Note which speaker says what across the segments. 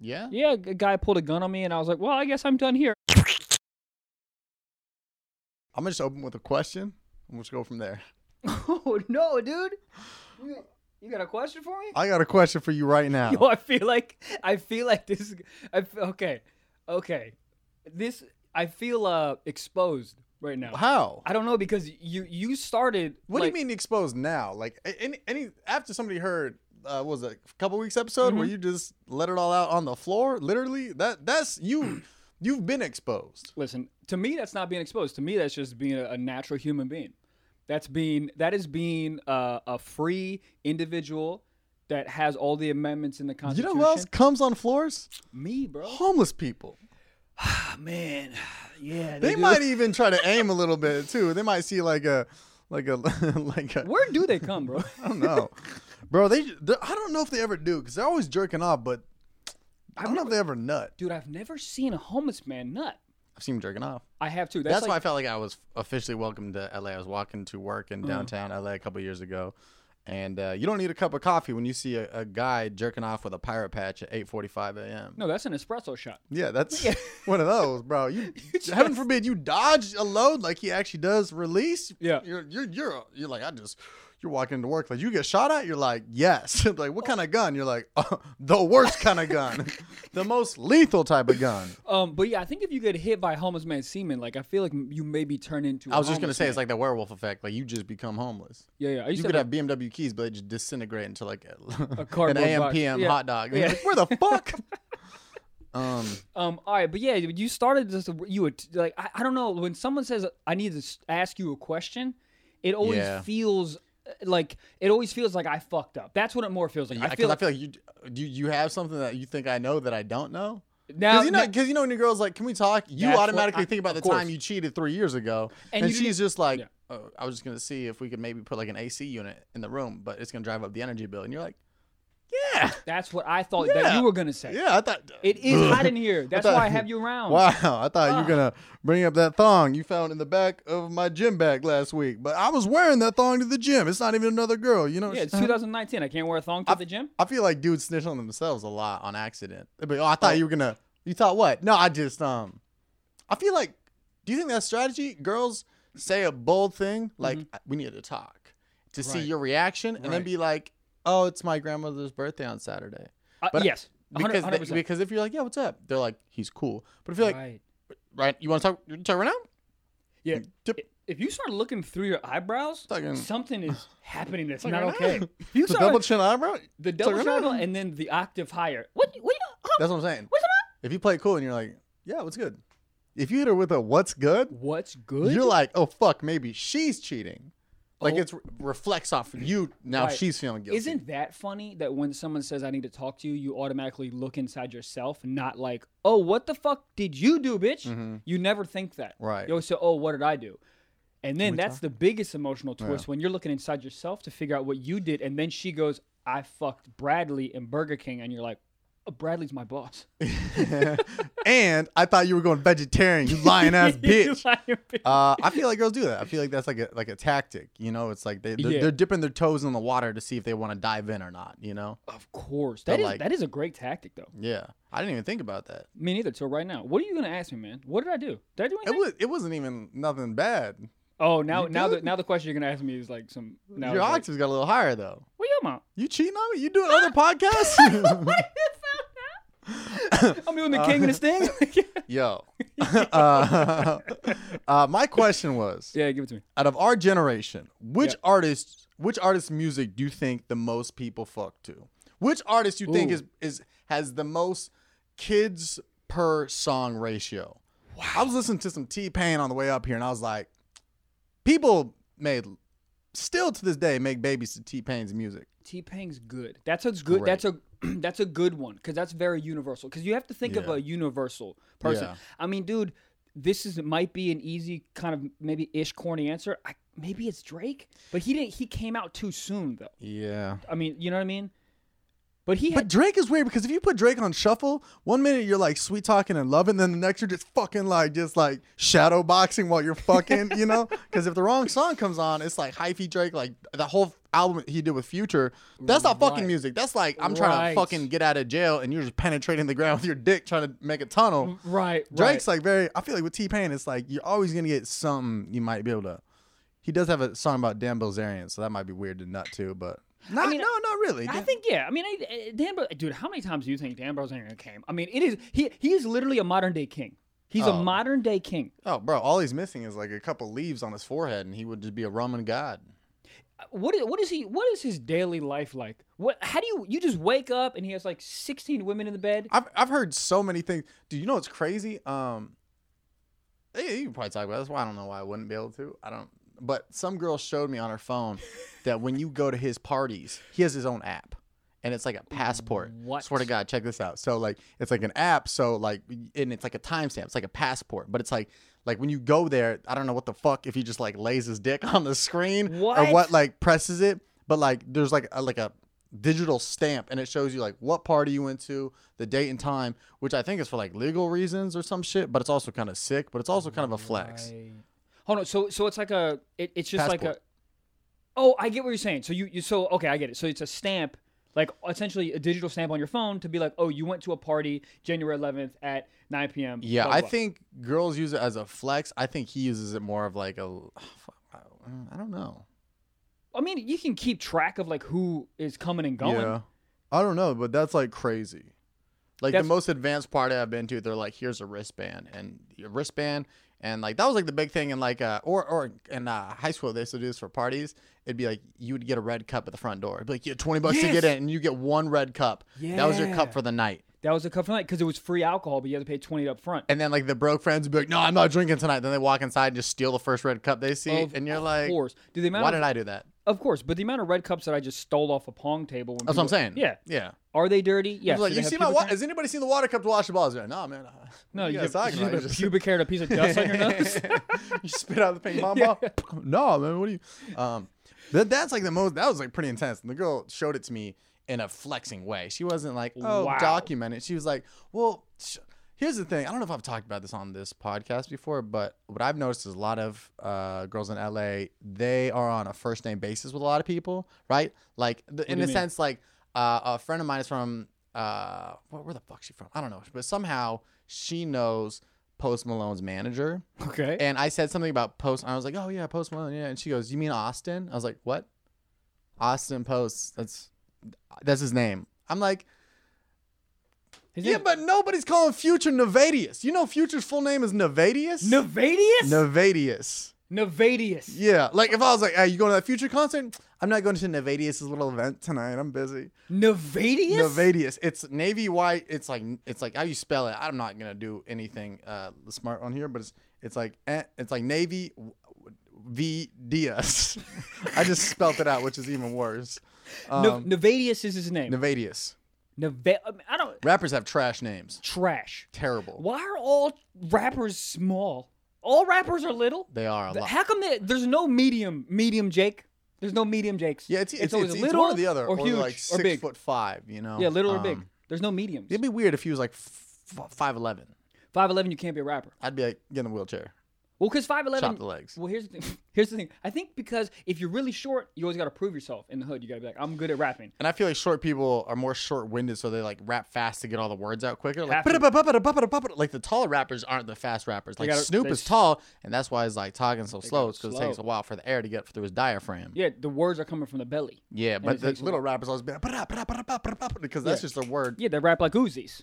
Speaker 1: Yeah.
Speaker 2: Yeah, a guy pulled a gun on me, and I was like, well, I guess I'm done here.
Speaker 1: I'm gonna just open with a question. and Let's go from there.
Speaker 2: oh, no, dude. You, you got a question for me?
Speaker 1: I got a question for you right now.
Speaker 2: Yo, I feel like I feel like this. is- I f- okay, okay. This I feel uh exposed right now.
Speaker 1: How?
Speaker 2: I don't know because you you started.
Speaker 1: What
Speaker 2: like-
Speaker 1: do you mean exposed now? Like a- any any after somebody heard uh, what was it a couple weeks episode where
Speaker 2: Mm-hmm.
Speaker 1: you just let it all out on the floor? Literally, that that's you. you've been exposed.
Speaker 2: Listen, to me, that's not being exposed. To me, that's just being a, a natural human being. That's being that is being uh, a free individual that has all the amendments in the
Speaker 1: You
Speaker 2: Constitution. Oh.
Speaker 1: know who else comes on floors?
Speaker 2: Me, bro.
Speaker 1: Homeless people.
Speaker 2: Ah, man, yeah.
Speaker 1: They
Speaker 2: do.
Speaker 1: might even try to aim a little bit too. They might see like a like a like a
Speaker 2: Where do they come, bro?
Speaker 1: I don't know. Bro, they they're- I don't know if they ever do because they're always jerking off, but I don't know if they ever nut.
Speaker 2: Dude, I've never seen a homeless man nut.
Speaker 1: I've seen them jerking off.
Speaker 2: I have too. That's,
Speaker 1: That's,
Speaker 2: like,
Speaker 1: why I felt like I was officially welcome to LA. I was walking to work
Speaker 2: Mm.
Speaker 1: in downtown LA a couple years ago, and uh, you don't need a cup of coffee when you see a, a guy jerking off with a pirate patch at 8:45 a.m.
Speaker 2: No, that's an espresso shot.
Speaker 1: Yeah, that's one of those, bro. You, heaven forbid you dodge a load like he actually does release.
Speaker 2: Yeah.
Speaker 1: you're you're you're, you're like I just. You're walking into work like you get shot at. You're like, yes. like,
Speaker 2: Oh.
Speaker 1: what kind of gun? You're like, "Uh, the worst kind of gun, the most lethal type of gun.
Speaker 2: Um, but yeah, I think if you get hit by a homeless man semen, like I feel like m- you maybe turn into. I
Speaker 1: I was just gonna say it's like the werewolf effect. Like you just become homeless.
Speaker 2: yeah, yeah. I used
Speaker 1: You
Speaker 2: to
Speaker 1: could
Speaker 2: have
Speaker 1: have BMW keys, but they just disintegrate into like a, an
Speaker 2: cardboard
Speaker 1: AM
Speaker 2: box.
Speaker 1: PM
Speaker 2: Yeah.
Speaker 1: hot dog. And
Speaker 2: Yeah.
Speaker 1: you're like, Where the fuck? um,
Speaker 2: Um. All right, but yeah, you started this. You would like I, I don't know when someone says I need to s- ask you a question, it always
Speaker 1: Yeah.
Speaker 2: feels uh, like it always feels like I fucked up. That's what it more feels like.
Speaker 1: I,
Speaker 2: I feel
Speaker 1: I
Speaker 2: like
Speaker 1: feel like you do. You have something that you think I know that I don't know.
Speaker 2: now,
Speaker 1: Because you
Speaker 2: now-
Speaker 1: know, because you know, when your girl's like, "Can we talk?" You
Speaker 2: That's what
Speaker 1: automatically
Speaker 2: I-
Speaker 1: think about the
Speaker 2: of course.
Speaker 1: time you cheated three years ago,
Speaker 2: And
Speaker 1: and,
Speaker 2: you didn't-
Speaker 1: she's just like,
Speaker 2: Yeah.
Speaker 1: oh, "I was just gonna see if we could maybe put like an AC unit in the room, but it's gonna drive up the energy bill." And you're like, "Yeah,
Speaker 2: that's what I thought that
Speaker 1: Yeah.
Speaker 2: you were gonna say.
Speaker 1: yeah, I thought
Speaker 2: It is hot in here. That's
Speaker 1: thought-
Speaker 2: why I have you around.
Speaker 1: Wow, I thought you
Speaker 2: Ah.
Speaker 1: were gonna bring up that thong you found in the back of my gym bag last week, but I was wearing that thong to the gym. It's not even another girl, you know.
Speaker 2: Yeah, it's 2019. I can't wear a thong to the gym.
Speaker 1: I feel like dudes snitch on themselves a lot on accident. They'd be, oh, I thought you were gonna. You thought what? No, I just um. I feel like. Do you think that's strategy? Girls say a bold thing like, "We need to talk," to see
Speaker 2: Mm-hmm. Right.
Speaker 1: your reaction, and then
Speaker 2: Right.
Speaker 1: be like, "Oh, it's my grandmother's birthday on Saturday."
Speaker 2: Uh,
Speaker 1: But-
Speaker 2: yes, 100,
Speaker 1: Because,
Speaker 2: 100%.
Speaker 1: they- because if you're like, "Yeah, what's up?" They're like, "He's cool," but if you're like,
Speaker 2: right.
Speaker 1: "Right, you want to talk? You wanna talk right now?" Mm.
Speaker 2: Yeah.
Speaker 1: Tip-
Speaker 2: If you start looking through your eyebrows,
Speaker 1: Talking-
Speaker 2: something is happening that's
Speaker 1: Talking
Speaker 2: not okay.
Speaker 1: about-
Speaker 2: If you
Speaker 1: the
Speaker 2: start
Speaker 1: double chin eyebrow.
Speaker 2: the double
Speaker 1: Talking
Speaker 2: shadow
Speaker 1: about-
Speaker 2: and then the octave higher. What? What? huh?
Speaker 1: That's what I'm saying.
Speaker 2: What's up?
Speaker 1: If you play it cool and you're like, "Yeah, what's good?" If you hit her with a "What's good?"
Speaker 2: What's good?
Speaker 1: You're like, oh fuck, maybe she's cheating. Like
Speaker 2: Oh.
Speaker 1: it's reflects off you now.
Speaker 2: Right.
Speaker 1: She's feeling guilty.
Speaker 2: Isn't that funny that when someone says I need to talk to you, you automatically look inside yourself, not like, oh, what the fuck did you do, bitch? You never think that.
Speaker 1: Mm-hmm. Right.
Speaker 2: You always say, oh, what did I do? And then that's the biggest emotional twist when you're looking inside yourself to figure out what you did, and then she goes, I fucked Bradley in Burger King, and you're like, oh, Bradley's my boss.
Speaker 1: and I thought you were going vegetarian. You lying ass
Speaker 2: You
Speaker 1: bitch.
Speaker 2: lying bitch.
Speaker 1: Uh, I feel like girls do that. I feel like that's like a like a tactic. You know, it's like they they're,
Speaker 2: Yeah.
Speaker 1: they're dipping their toes in the water to see if they want to dive in or not. You know?
Speaker 2: Of course. That is,
Speaker 1: like-
Speaker 2: that is a great tactic, though.
Speaker 1: Yeah. I didn't even think about that.
Speaker 2: Me neither. Till right now, what are you gonna ask me, man? What did I do? Did I do
Speaker 1: It
Speaker 2: anything?
Speaker 1: was it wasn't even nothing bad.
Speaker 2: oh, now now the
Speaker 1: did?
Speaker 2: now the question you're gonna ask me is like some. Now
Speaker 1: Your
Speaker 2: it's like,
Speaker 1: octaves got a little higher though.
Speaker 2: What you on?
Speaker 1: You cheating on me? You doing other podcasts?
Speaker 2: I'm doing the king and the sting.
Speaker 1: Yo. uh, uh, my question was.
Speaker 2: yeah, give it to me.
Speaker 1: out of our generation, which
Speaker 2: Yeah.
Speaker 1: artists, which artist's music do you think the most people fuck to? Which artist you think
Speaker 2: Ooh.
Speaker 1: is is has the most kids per song ratio? Wow. I was listening to some T Pain on the way up here, and I was like, people made still to this day make babies to T Pain's music.
Speaker 2: T Pain's good. That's a good. That's a that's a good one because that's very universal. Because you have to think of
Speaker 1: Yeah.
Speaker 2: a universal person.
Speaker 1: Yeah.
Speaker 2: I mean, dude, this is might be an easy kind of maybe ish corny answer. I, maybe it's Drake, but he didn't. He came out too soon though.
Speaker 1: Yeah.
Speaker 2: I mean, you know what I mean. But he
Speaker 1: But
Speaker 2: had.
Speaker 1: Drake is weird because if you put Drake on shuffle, one minute you're like sweet talking and loving, then the next you're just fucking like just like shadow boxing while you're fucking, you know? Because if the wrong song comes on, it's like hyphy Drake, like the whole album he did with Future, that's not fucking
Speaker 2: Right.
Speaker 1: music. That's like I'm trying
Speaker 2: Right.
Speaker 1: to fucking get out of jail and you're just penetrating the ground with your dick trying to make a tunnel.
Speaker 2: Right.
Speaker 1: Drake's like very. I feel like with T Pain, it's like you're always gonna get something you might be able to. He does have a song about Dan Bilzerian, so that might be weird to nut to, but not,
Speaker 2: mean,
Speaker 1: no, not really.
Speaker 2: I think yeah. I mean, I, I- Dan, Bro- dude, how many times do you think Dan Brosnan came? I mean, it is he. He is literally a modern day king. He's
Speaker 1: Oh.
Speaker 2: a modern day king.
Speaker 1: oh, bro, all he's missing is like a couple leaves on his forehead, and he would just be a Roman god.
Speaker 2: What is what is he? What is his daily life like? What? How do you you just wake up and he has like sixteen women in the bed?
Speaker 1: I've I've heard so many things. Do you know what's crazy? Um, eh, you can probably talk about. It. That's why I don't know why I wouldn't be able to. I don't. But some girl showed me on her phone that when you go to his parties, he has his own app, and it's like a passport.
Speaker 2: What?
Speaker 1: Swear to God, check this out. So like, it's like an app. So like, and it's like a timestamp. It's like a passport, but it's like. Like when you go there, I don't know what the fuck if he just like lays his dick on the screen or
Speaker 2: What?
Speaker 1: what like presses it, but like there's like a, like a digital stamp and it shows you like what party you went to, the date and time, which I think is for like legal reasons or some shit, but it's also kind of sick, but it's also kind of a flex.
Speaker 2: Right. Hold on. So so it's like a. It, it's just like a.
Speaker 1: Passport.
Speaker 2: Oh, I get what you're saying. So you, you so okay, I get it. So it's a stamp, like essentially a digital stamp on your phone to be like, oh, you went to a party January 11th at 9 p.m.
Speaker 1: Yeah,
Speaker 2: blah,
Speaker 1: I
Speaker 2: blah.
Speaker 1: think girls use it as a flex. I think he uses it more of like a I don't know.
Speaker 2: I mean, you can keep track of like who is coming and going.
Speaker 1: Yeah. I don't know, but that's like crazy. Like
Speaker 2: That's-
Speaker 1: the most advanced party I've been to, they're like, here's a wristband and your wristband. And like that was like the big thing in like uh or or in uh, high school they used to do this for parties. It'd be like you would get a red cup at the front door. It'd be like yeah, twenty bucks to get
Speaker 2: Yes.
Speaker 1: in, and you get one red cup. That was your
Speaker 2: Yeah.
Speaker 1: cup for the night.
Speaker 2: That was a cup for night because it was free alcohol, but you had to pay 20 up front.
Speaker 1: And then like the broke friends would be like, no, I'm not drinking tonight. Then they walk inside and just steal the first red cup they see,
Speaker 2: Of
Speaker 1: and you're like,
Speaker 2: Of course, dude, the amount
Speaker 1: why
Speaker 2: of,
Speaker 1: did I do that?
Speaker 2: of course, but the amount of red cups that I just stole off a pong table. When
Speaker 1: That's what I'm
Speaker 2: people-
Speaker 1: saying.
Speaker 2: Yeah,
Speaker 1: yeah.
Speaker 2: are they dirty?
Speaker 1: I
Speaker 2: Yes.
Speaker 1: was like,
Speaker 2: Do
Speaker 1: you
Speaker 2: they have
Speaker 1: see my?
Speaker 2: pubic
Speaker 1: Wa-
Speaker 2: hair?
Speaker 1: has anybody seen the water cup to wash the balls? Like, no, man.
Speaker 2: No,
Speaker 1: What
Speaker 2: you,
Speaker 1: are
Speaker 2: have,
Speaker 1: guys talking
Speaker 2: you have
Speaker 1: about?
Speaker 2: a
Speaker 1: It's just-
Speaker 2: pubic hair and a piece of dust on your nose.
Speaker 1: you spit out the ping pong ball. No, man. What do you? Um, that that's like the most. That was like pretty intense. And the girl showed it to me in a flexing way. She wasn't like, oh,
Speaker 2: Wow.
Speaker 1: document it. She was like, well, sh- here's the thing. I don't know if I've talked about this on this podcast before, but what I've noticed is a lot of uh, girls in LA, they are on a first name basis with a lot of people, right? Like the, in
Speaker 2: do
Speaker 1: a
Speaker 2: you mean?
Speaker 1: sense, like uh, a friend of mine is from. Uh, where, where the fuck's she from? I don't know, but somehow she knows Post Malone's manager.
Speaker 2: okay.
Speaker 1: And I said something about Post. I was like, oh yeah, Post Malone. Yeah. And she goes, you mean Austin? I was like, what? Austin Post. That's that's his name. I'm like,
Speaker 2: His
Speaker 1: yeah,
Speaker 2: name-
Speaker 1: but nobody's calling Future Nevadius. You know, Future's full name is Nevadius.
Speaker 2: Nevadius?
Speaker 1: Nevadius.
Speaker 2: Nevadius.
Speaker 1: Yeah. Like if I was like, hey, you going to that Future concert? I'm not going to Nevadius's little event tonight. I'm busy.
Speaker 2: Nevadius?
Speaker 1: Nevadius. It's navy white. It's like it's like how you spell it. I'm not gonna do anything uh, smart on here, but it's it's like eh, it's like navy w- v dias. I just spelt it out, which is even worse. Um,
Speaker 2: Nev- Nevadius is his name.
Speaker 1: Nevadius.
Speaker 2: Neva- I, mean, I don't.
Speaker 1: Rappers have trash names.
Speaker 2: Trash.
Speaker 1: Terrible.
Speaker 2: Why are all rappers small? All rappers are little.
Speaker 1: They are a lot.
Speaker 2: How come they, there's no medium, medium Jake? There's no medium Jakes.
Speaker 1: yeah, it's it's, it's,
Speaker 2: always
Speaker 1: it's
Speaker 2: little
Speaker 1: one or the other, or,
Speaker 2: or huge
Speaker 1: like six
Speaker 2: or big.
Speaker 1: foot five. You know.
Speaker 2: Yeah, little or
Speaker 1: Um,
Speaker 2: big. There's no mediums.
Speaker 1: It'd be weird if he was like five eleven.
Speaker 2: Five eleven, you can't be a rapper.
Speaker 1: I'd be like, get in the wheelchair,
Speaker 2: Well, because five
Speaker 1: chop
Speaker 2: eleven.
Speaker 1: the legs.
Speaker 2: Well, here's the thing. Here's the thing. I think because if you're really short, you always got to prove yourself in the hood. You got to be like, I'm good at rapping.
Speaker 1: And I feel like short people are more short-winded, so they like rap fast to get all the words out quicker. Like,
Speaker 2: Have to.
Speaker 1: "Ba-da-ba-ba-da-ba-ba-da-ba-da." like the tall rappers aren't the fast rappers. Like
Speaker 2: gotta-
Speaker 1: Snoop
Speaker 2: they
Speaker 1: is
Speaker 2: s-
Speaker 1: tall, and that's why he's like talking so slow.
Speaker 2: go
Speaker 1: It's because it
Speaker 2: slow.
Speaker 1: takes a while for the air to get through his diaphragm. Yeah,
Speaker 2: Yeah, the words are coming from the belly.
Speaker 1: but
Speaker 2: it
Speaker 1: the
Speaker 2: takes a
Speaker 1: little rappers always be like, "Ba-da-ba-da-ba-da-ba-da-ba-da," because that's
Speaker 2: Yeah.
Speaker 1: just a word.
Speaker 2: Yeah, they rap like Uzis.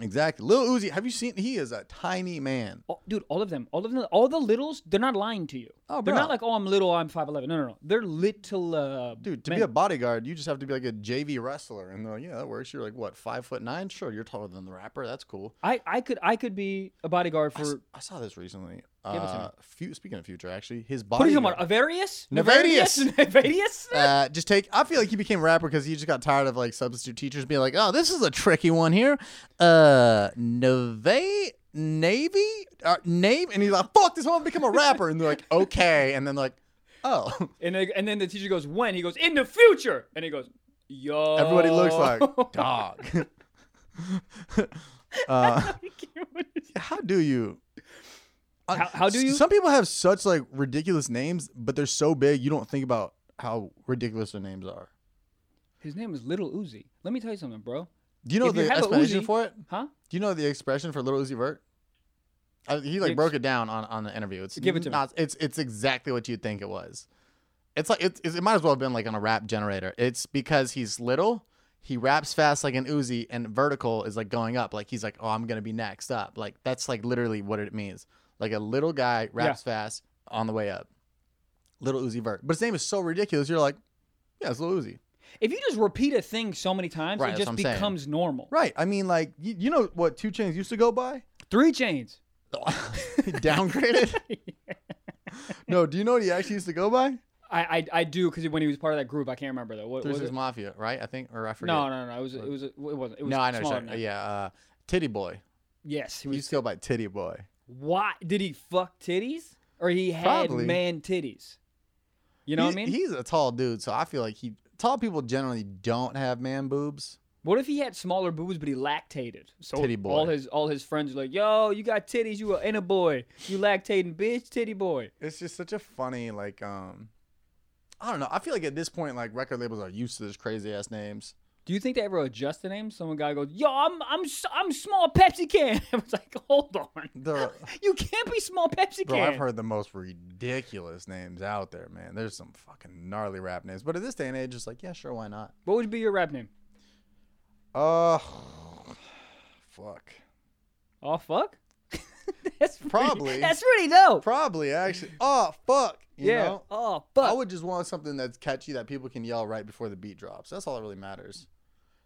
Speaker 1: Exactly. Lil Uzi, have you seen? He is a tiny man.
Speaker 2: Oh, dude, all of them, all of them, all the littles, they're not lying to you.
Speaker 1: Oh,
Speaker 2: they're
Speaker 1: bro.
Speaker 2: not like, oh, I'm little, I'm five eleven. No, no, no. They're little. Uh,
Speaker 1: Dude, to
Speaker 2: men.
Speaker 1: be a bodyguard, you just have to be like a JV wrestler, and they're like, "Yeah, that works." You're like, what, five foot nine? Sure, you're taller than the rapper. That's cool.
Speaker 2: I, I could, I could be a bodyguard
Speaker 1: I s-
Speaker 2: for.
Speaker 1: I saw this recently.
Speaker 2: Give it to
Speaker 1: Uh, few, speaking of future, actually, his
Speaker 2: What are
Speaker 1: body.
Speaker 2: you talking about? Avarius?
Speaker 1: Nevadius.
Speaker 2: Nevadius?
Speaker 1: Uh, just take. I feel like he became a rapper because he just got tired of like substitute teachers being like, "Oh, this is a tricky one here." Uh, Navy, Navy, uh, name, and he's like, "Fuck, this one become a rapper," and they're like, "Okay," and then like, "Oh."
Speaker 2: and, they- and then the teacher goes, when? He goes, in the future. And he goes, yo.
Speaker 1: Everybody looks like dog. uh, how do you?
Speaker 2: How- how do you?
Speaker 1: Some people have such like ridiculous names, but they're so big you don't think about how ridiculous their names are.
Speaker 2: His name is Little Uzi. Let me tell you something, bro.
Speaker 1: Do you know
Speaker 2: If you
Speaker 1: the
Speaker 2: have a
Speaker 1: explanation
Speaker 2: Uzi-
Speaker 1: for it?
Speaker 2: Huh?
Speaker 1: Do you know the expression for Little Uzi Vert? I, he like
Speaker 2: Ex-
Speaker 1: broke it down on, on the interview. It's
Speaker 2: Give it to me.
Speaker 1: not, It's it's exactly what you'd think it was. It's like it's, it's- it might as well have been like on a rap generator. It's because he's little, he raps fast like an Uzi, and vertical is like going up. Like he's like, oh, I'm gonna be next up. Like that's like literally what it means. Like a little guy raps fast on the way up. Little Uzi Vert, but his name is so ridiculous. You're like, yeah, it's Little Uzi.
Speaker 2: If you just repeat a thing so many times,
Speaker 1: Right,
Speaker 2: it
Speaker 1: that's
Speaker 2: just
Speaker 1: what I'm saying.
Speaker 2: becomes normal.
Speaker 1: Right. I mean, like you, you know what Two Chains used to go by.
Speaker 2: Three chains.
Speaker 1: downgraded? no, do you know what he actually used to go by?
Speaker 2: I I, I do because when he was part of that group, I can't remember though. What
Speaker 1: Three
Speaker 2: was
Speaker 1: Six
Speaker 2: it?
Speaker 1: Mafia, right? I think, or I forget.
Speaker 2: No, no, no. It was it was it wasn't. It was
Speaker 1: no I know.
Speaker 2: smaller
Speaker 1: sorry.
Speaker 2: than that.
Speaker 1: Yeah, uh, Titty Boy.
Speaker 2: Yes, he
Speaker 1: He
Speaker 2: was.
Speaker 1: used to go by Titty Boy.
Speaker 2: Why did he fuck titties or he had
Speaker 1: Probably.
Speaker 2: man titties? You know what I
Speaker 1: He-
Speaker 2: mean?
Speaker 1: He's a tall dude, so I feel like he tall people generally don't have man boobs.
Speaker 2: what if he had smaller boobs but he lactated? So
Speaker 1: Titty boy.
Speaker 2: all his all his friends are like, "Yo, you got titties, you a inner boy, you lactating bitch, titty boy."
Speaker 1: It's just such a funny like um. I don't know. I feel like at this point, like record labels are used to this crazy ass names.
Speaker 2: Do you think they ever adjust the name? Some guy goes, "Yo, I'm I'm s- I'm small Pepsi can." I was like, "Hold on,
Speaker 1: The,
Speaker 2: you can't be small Pepsi
Speaker 1: bro,
Speaker 2: can."
Speaker 1: I've heard the most ridiculous names out there, man. There's some fucking gnarly rap names, but at this day and age, it's like, yeah, sure, why not?
Speaker 2: What would be your rap name?
Speaker 1: Uh, fuck.
Speaker 2: Oh fuck. that's pretty-
Speaker 1: Probably.
Speaker 2: that's pretty dope.
Speaker 1: Probably actually. Oh fuck. You
Speaker 2: yeah.
Speaker 1: Know?
Speaker 2: Oh
Speaker 1: I
Speaker 2: fuck.
Speaker 1: would just want something that's catchy that people can yell right before the beat drops. That's all that really matters.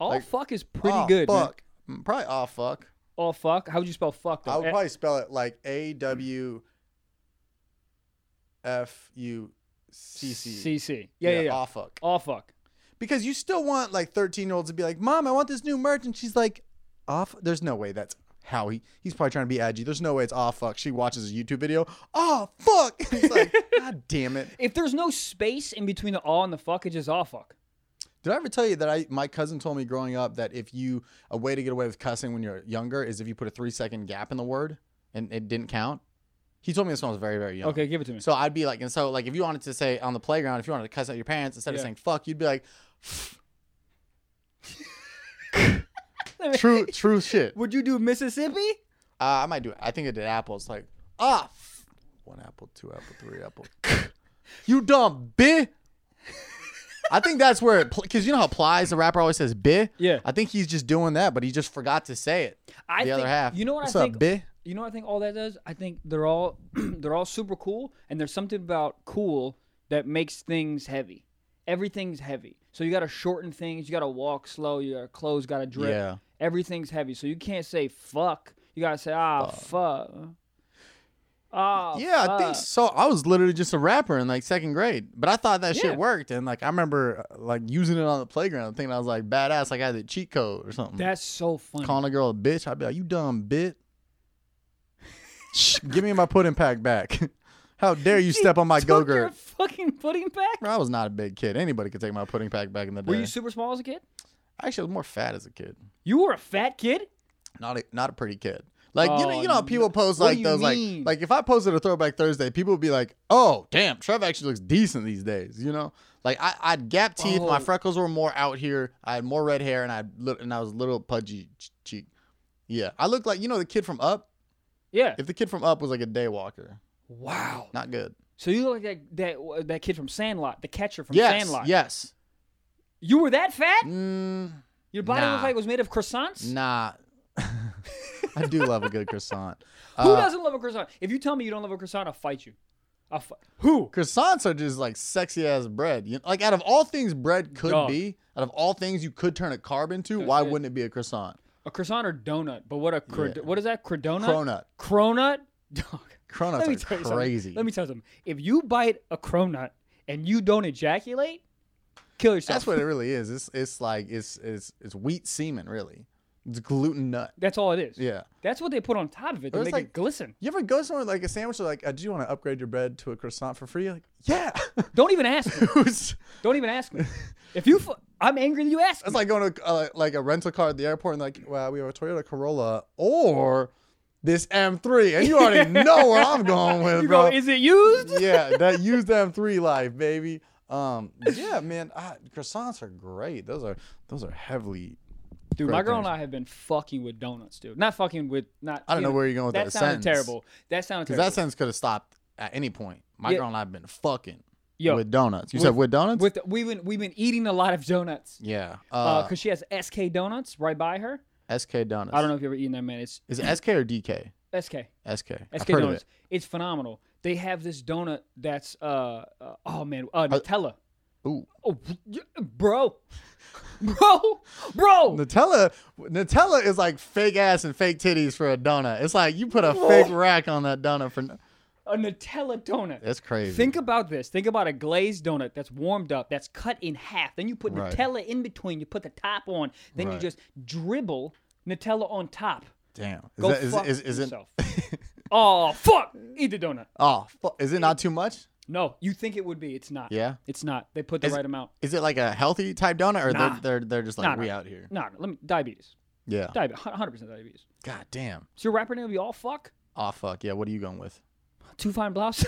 Speaker 2: All
Speaker 1: like,
Speaker 2: fuck is pretty
Speaker 1: Aw,
Speaker 2: good. man.
Speaker 1: Fuck. Mm, Probably. Oh fuck.
Speaker 2: Oh fuck. How would you spell fuck? Though?
Speaker 1: I would
Speaker 2: Eh,
Speaker 1: probably spell it like A W F U C C.
Speaker 2: CC. Yeah, yeah, yeah.
Speaker 1: Aw fuck.
Speaker 2: Oh fuck.
Speaker 1: Because you still want like thirteen year olds to be like, Mom, I want this new merch, and she's like, off. There's no way that's. How he he's probably trying to be edgy. There's no way it's off fuck. She watches a YouTube video. Oh fuck! It's like, God damn it.
Speaker 2: If there's no space in between the all and the fuck, it's just all fuck.
Speaker 1: Did I ever tell you that I my cousin told me growing up that if you a way to get away with cussing when you're younger is if you put a three second gap in the word and it didn't count? He told me this when I was very, very young.
Speaker 2: Okay, give it to me.
Speaker 1: So I'd be like, and so like if you wanted to say on the playground, if you wanted to cuss out your parents, instead of
Speaker 2: Yeah.
Speaker 1: saying fuck, you'd be like true true shit.
Speaker 2: Would you do Mississippi?
Speaker 1: Uh, I might do it. I think I did apples. Like, ah, f- one apple, two apple, three apple. you dumb bitch. I think that's where it, because you know how Plies, the rapper, always says "bi."
Speaker 2: Yeah.
Speaker 1: I think he's just doing that, but he just forgot to say it.
Speaker 2: I
Speaker 1: the
Speaker 2: think,
Speaker 1: other half.
Speaker 2: You know what
Speaker 1: What's
Speaker 2: I
Speaker 1: up,
Speaker 2: think?
Speaker 1: bi?
Speaker 2: You know what I think all that does? I think they're all they're all super cool, and there's something about cool that makes things heavy. Everything's heavy, so you got to shorten things. You got to walk slow. Your clothes got to drip.
Speaker 1: Yeah.
Speaker 2: Everything's heavy, so you can't say fuck. You gotta say ah fuck. Ah.
Speaker 1: Yeah, I think
Speaker 2: fuck."
Speaker 1: so. I was literally just a rapper in like second grade, but I thought that
Speaker 2: Yeah.
Speaker 1: shit worked, and like I remember uh, like using it on the playground, thinking I was like badass, like I had the cheat code or something.
Speaker 2: That's so funny.
Speaker 1: calling a girl a bitch, I'd be like, "You dumb bitch, Shh, give me my pudding pack back." How dare you step on my
Speaker 2: Took your
Speaker 1: go-gurt?
Speaker 2: fucking pudding back.
Speaker 1: I was not a big kid. Anybody could take my pudding pack back in the day.
Speaker 2: Were you super small as a kid?
Speaker 1: Actually, I was more fat as a kid.
Speaker 2: You were a fat kid.
Speaker 1: Not a, not a pretty kid. Like you know,
Speaker 2: Oh,
Speaker 1: you know, how
Speaker 2: no.
Speaker 1: people post
Speaker 2: What do
Speaker 1: like
Speaker 2: you
Speaker 1: those
Speaker 2: mean?
Speaker 1: like like if I posted a throwback Thursday, people would be like, "Oh, damn, Trev actually looks decent these days." You know, like I I had gap teeth, my
Speaker 2: Oh.
Speaker 1: freckles were more out here, I had more red hair, and I had lit- and I was a little pudgy ch- cheek. Yeah, I looked like you know the kid from Up.
Speaker 2: Yeah.
Speaker 1: If the kid from Up was like a day walker,
Speaker 2: Wow.
Speaker 1: not good.
Speaker 2: So you look like that that that kid from Sandlot, the catcher from
Speaker 1: yes,
Speaker 2: Sandlot.
Speaker 1: yes.
Speaker 2: You were that fat?
Speaker 1: Mm,
Speaker 2: Your body
Speaker 1: Nah.
Speaker 2: looked like it was made of croissants.
Speaker 1: nah, I do love a good croissant.
Speaker 2: Who
Speaker 1: Uh,
Speaker 2: doesn't love a croissant? If you tell me you don't love a croissant, I'll fight you. I'll fi- Who?
Speaker 1: Croissants are just like sexy ass bread. You like out of all things bread could
Speaker 2: Dog.
Speaker 1: be, out of all things you could turn a carb into,
Speaker 2: That's
Speaker 1: why
Speaker 2: it.
Speaker 1: wouldn't it be a croissant?
Speaker 2: A croissant or donut? But what a cro-
Speaker 1: Yeah.
Speaker 2: what is that? Crodonut.
Speaker 1: Cronut.
Speaker 2: Cronut. Dog.
Speaker 1: Cronuts
Speaker 2: Let me
Speaker 1: are
Speaker 2: tell you
Speaker 1: crazy.
Speaker 2: something. Let me tell you something. If you bite a cronut and you don't ejaculate, kill yourself.
Speaker 1: That's what it really is. It's it's like it's it's it's wheat semen really. It's gluten nut.
Speaker 2: That's all it is.
Speaker 1: Yeah.
Speaker 2: That's what they put on top of it to
Speaker 1: It's
Speaker 2: make
Speaker 1: like-
Speaker 2: it glisten.
Speaker 1: You ever go somewhere like a sandwich? Or like, uh, do you want to upgrade your bread to a croissant for free? You're like, yeah.
Speaker 2: Don't even ask me.
Speaker 1: Who's-
Speaker 2: Don't even ask me. If you, fu- I'm angry that you asked.
Speaker 1: That's
Speaker 2: me.
Speaker 1: like going to uh, like a rental car at the airport and like, well, we have a Toyota Corolla or this M3, and you already know where I'm going with,
Speaker 2: you
Speaker 1: bro.
Speaker 2: go. Is it used?
Speaker 1: yeah, that used M3 life, baby. Um, yeah, man, I, croissants are great. Those are those are heavily.
Speaker 2: Dude,
Speaker 1: great
Speaker 2: my girl and
Speaker 1: things.
Speaker 2: I have been fucking with donuts, dude. Not fucking with not.
Speaker 1: I don't know
Speaker 2: you
Speaker 1: where you're going with
Speaker 2: that.
Speaker 1: that
Speaker 2: sounded
Speaker 1: sentence.
Speaker 2: terrible. That sounded
Speaker 1: Because
Speaker 2: terrible.
Speaker 1: that sentence could have stopped at any point. My
Speaker 2: Yeah.
Speaker 1: girl and I've been fucking
Speaker 2: Yo,
Speaker 1: with donuts. You said with donuts?
Speaker 2: with we've been we've been eating a lot of donuts.
Speaker 1: yeah.
Speaker 2: Uh,
Speaker 1: Uh,
Speaker 2: cause she has SK donuts right by her.
Speaker 1: SK donuts.
Speaker 2: I don't know if you've ever eaten that, man. It's
Speaker 1: Is it SK or DK?
Speaker 2: SK.
Speaker 1: SK. I've
Speaker 2: SK
Speaker 1: heard of
Speaker 2: donuts.
Speaker 1: it.
Speaker 2: It's phenomenal. They have this donut that's uh, uh oh man, uh, Nutella.
Speaker 1: Ooh.
Speaker 2: Oh, yeah, bro, bro, bro.
Speaker 1: Nutella, Nutella is like fake ass and fake titties for a donut. It's like you put a fake rack on that donut for.
Speaker 2: a Nutella donut.
Speaker 1: That's crazy.
Speaker 2: Think about this. Think about a glazed donut that's warmed up, that's cut in half. Then you put
Speaker 1: Right.
Speaker 2: Nutella in between. You put the top on. Then you
Speaker 1: Right.
Speaker 2: just dribble Nutella on top.
Speaker 1: Damn. Is
Speaker 2: Go
Speaker 1: that- is-
Speaker 2: fuck
Speaker 1: is- is it?
Speaker 2: yourself. oh fuck! Eat the donut.
Speaker 1: Oh, fu- is it not too much?
Speaker 2: No, you think it would be? It's not.
Speaker 1: Yeah.
Speaker 2: It's not. They put the
Speaker 1: Is-
Speaker 2: right amount.
Speaker 1: Is it like a healthy type donut, or
Speaker 2: Nah.
Speaker 1: they're, they're they're just like
Speaker 2: Nah, nah.
Speaker 1: we out here?
Speaker 2: No, no. Let me diabetes.
Speaker 1: Yeah.
Speaker 2: Diabetes. Hundred percent diabetes.
Speaker 1: God damn.
Speaker 2: So your rapper name will be all fuck.
Speaker 1: Oh fuck. Yeah. What are you going with?
Speaker 2: Two fine blouse.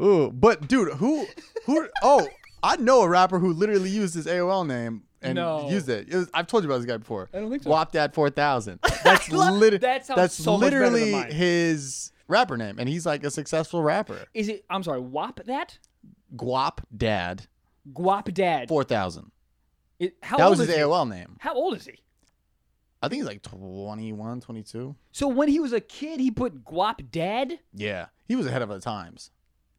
Speaker 1: Ooh, but dude, who who? oh, I know a rapper who literally used his AOL name and
Speaker 2: No.
Speaker 1: used it. It was- I've told you about this guy before.
Speaker 2: I don't think so.
Speaker 1: Wapdad four thousand. That's literally that's,
Speaker 2: That sounds so much better than
Speaker 1: literally
Speaker 2: mine.
Speaker 1: his rapper name, and he's like a successful rapper.
Speaker 2: Is it? I'm sorry. Wop that.
Speaker 1: Guap Dad
Speaker 2: Guap dad.
Speaker 1: four thousand.
Speaker 2: It- how
Speaker 1: That
Speaker 2: old
Speaker 1: was his
Speaker 2: is he?
Speaker 1: AOL name.
Speaker 2: How old is he?
Speaker 1: I think he's like 21, 22.
Speaker 2: So when he was a kid, he put guap dad.
Speaker 1: Yeah, he was ahead of the times.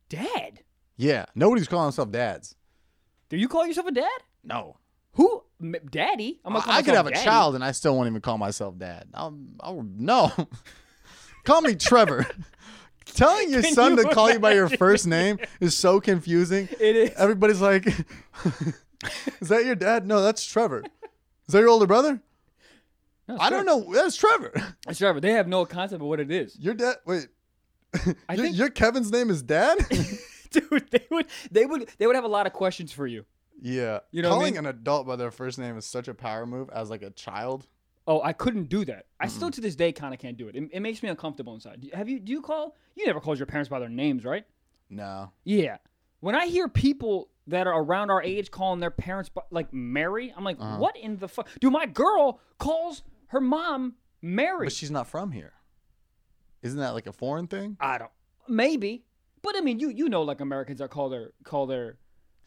Speaker 2: Dad.
Speaker 1: Yeah, nobody's calling himself dads.
Speaker 2: Do you call yourself a dad?
Speaker 1: No,
Speaker 2: Who? M- daddy. I'm
Speaker 1: I,
Speaker 2: gonna call
Speaker 1: I could
Speaker 2: myself
Speaker 1: have a
Speaker 2: daddy.
Speaker 1: child and I still won't even call myself dad. I'll, I'll no. call me Trevor. Telling your
Speaker 2: Can
Speaker 1: son
Speaker 2: you
Speaker 1: to call you by your
Speaker 2: imagine?
Speaker 1: first name is so confusing.
Speaker 2: It is.
Speaker 1: Everybody's like, "Is that your dad?" No, that's Trevor. Is that your older brother?
Speaker 2: No,
Speaker 1: I don't know. That's Trevor.
Speaker 2: It's Trevor. They have no concept of what it is,
Speaker 1: Your dad. Wait.
Speaker 2: I
Speaker 1: your,
Speaker 2: think-
Speaker 1: your Kevin's name is Dad.
Speaker 2: dude. They would. They would. They would have a lot of questions for you.
Speaker 1: yeah.
Speaker 2: You know what I
Speaker 1: calling an
Speaker 2: mean?
Speaker 1: adult by their first name is such a power move as like a child.
Speaker 2: Oh, I couldn't do that. I
Speaker 1: Mm-hmm.
Speaker 2: still to this day kind of can't do it. it. It makes me uncomfortable inside. Do- Have you? Do you call? You never called your parents by their names, right?
Speaker 1: No.
Speaker 2: Yeah. When I hear people that are around our age calling their parents bu- like Mary, I'm like,
Speaker 1: Uh-huh.
Speaker 2: what in the fuck? Dude, my girl calls her mom Mary.
Speaker 1: But she's not from here. Isn't that like a foreign thing?
Speaker 2: I don't. Maybe, but I mean, you you know, like Americans are call their call their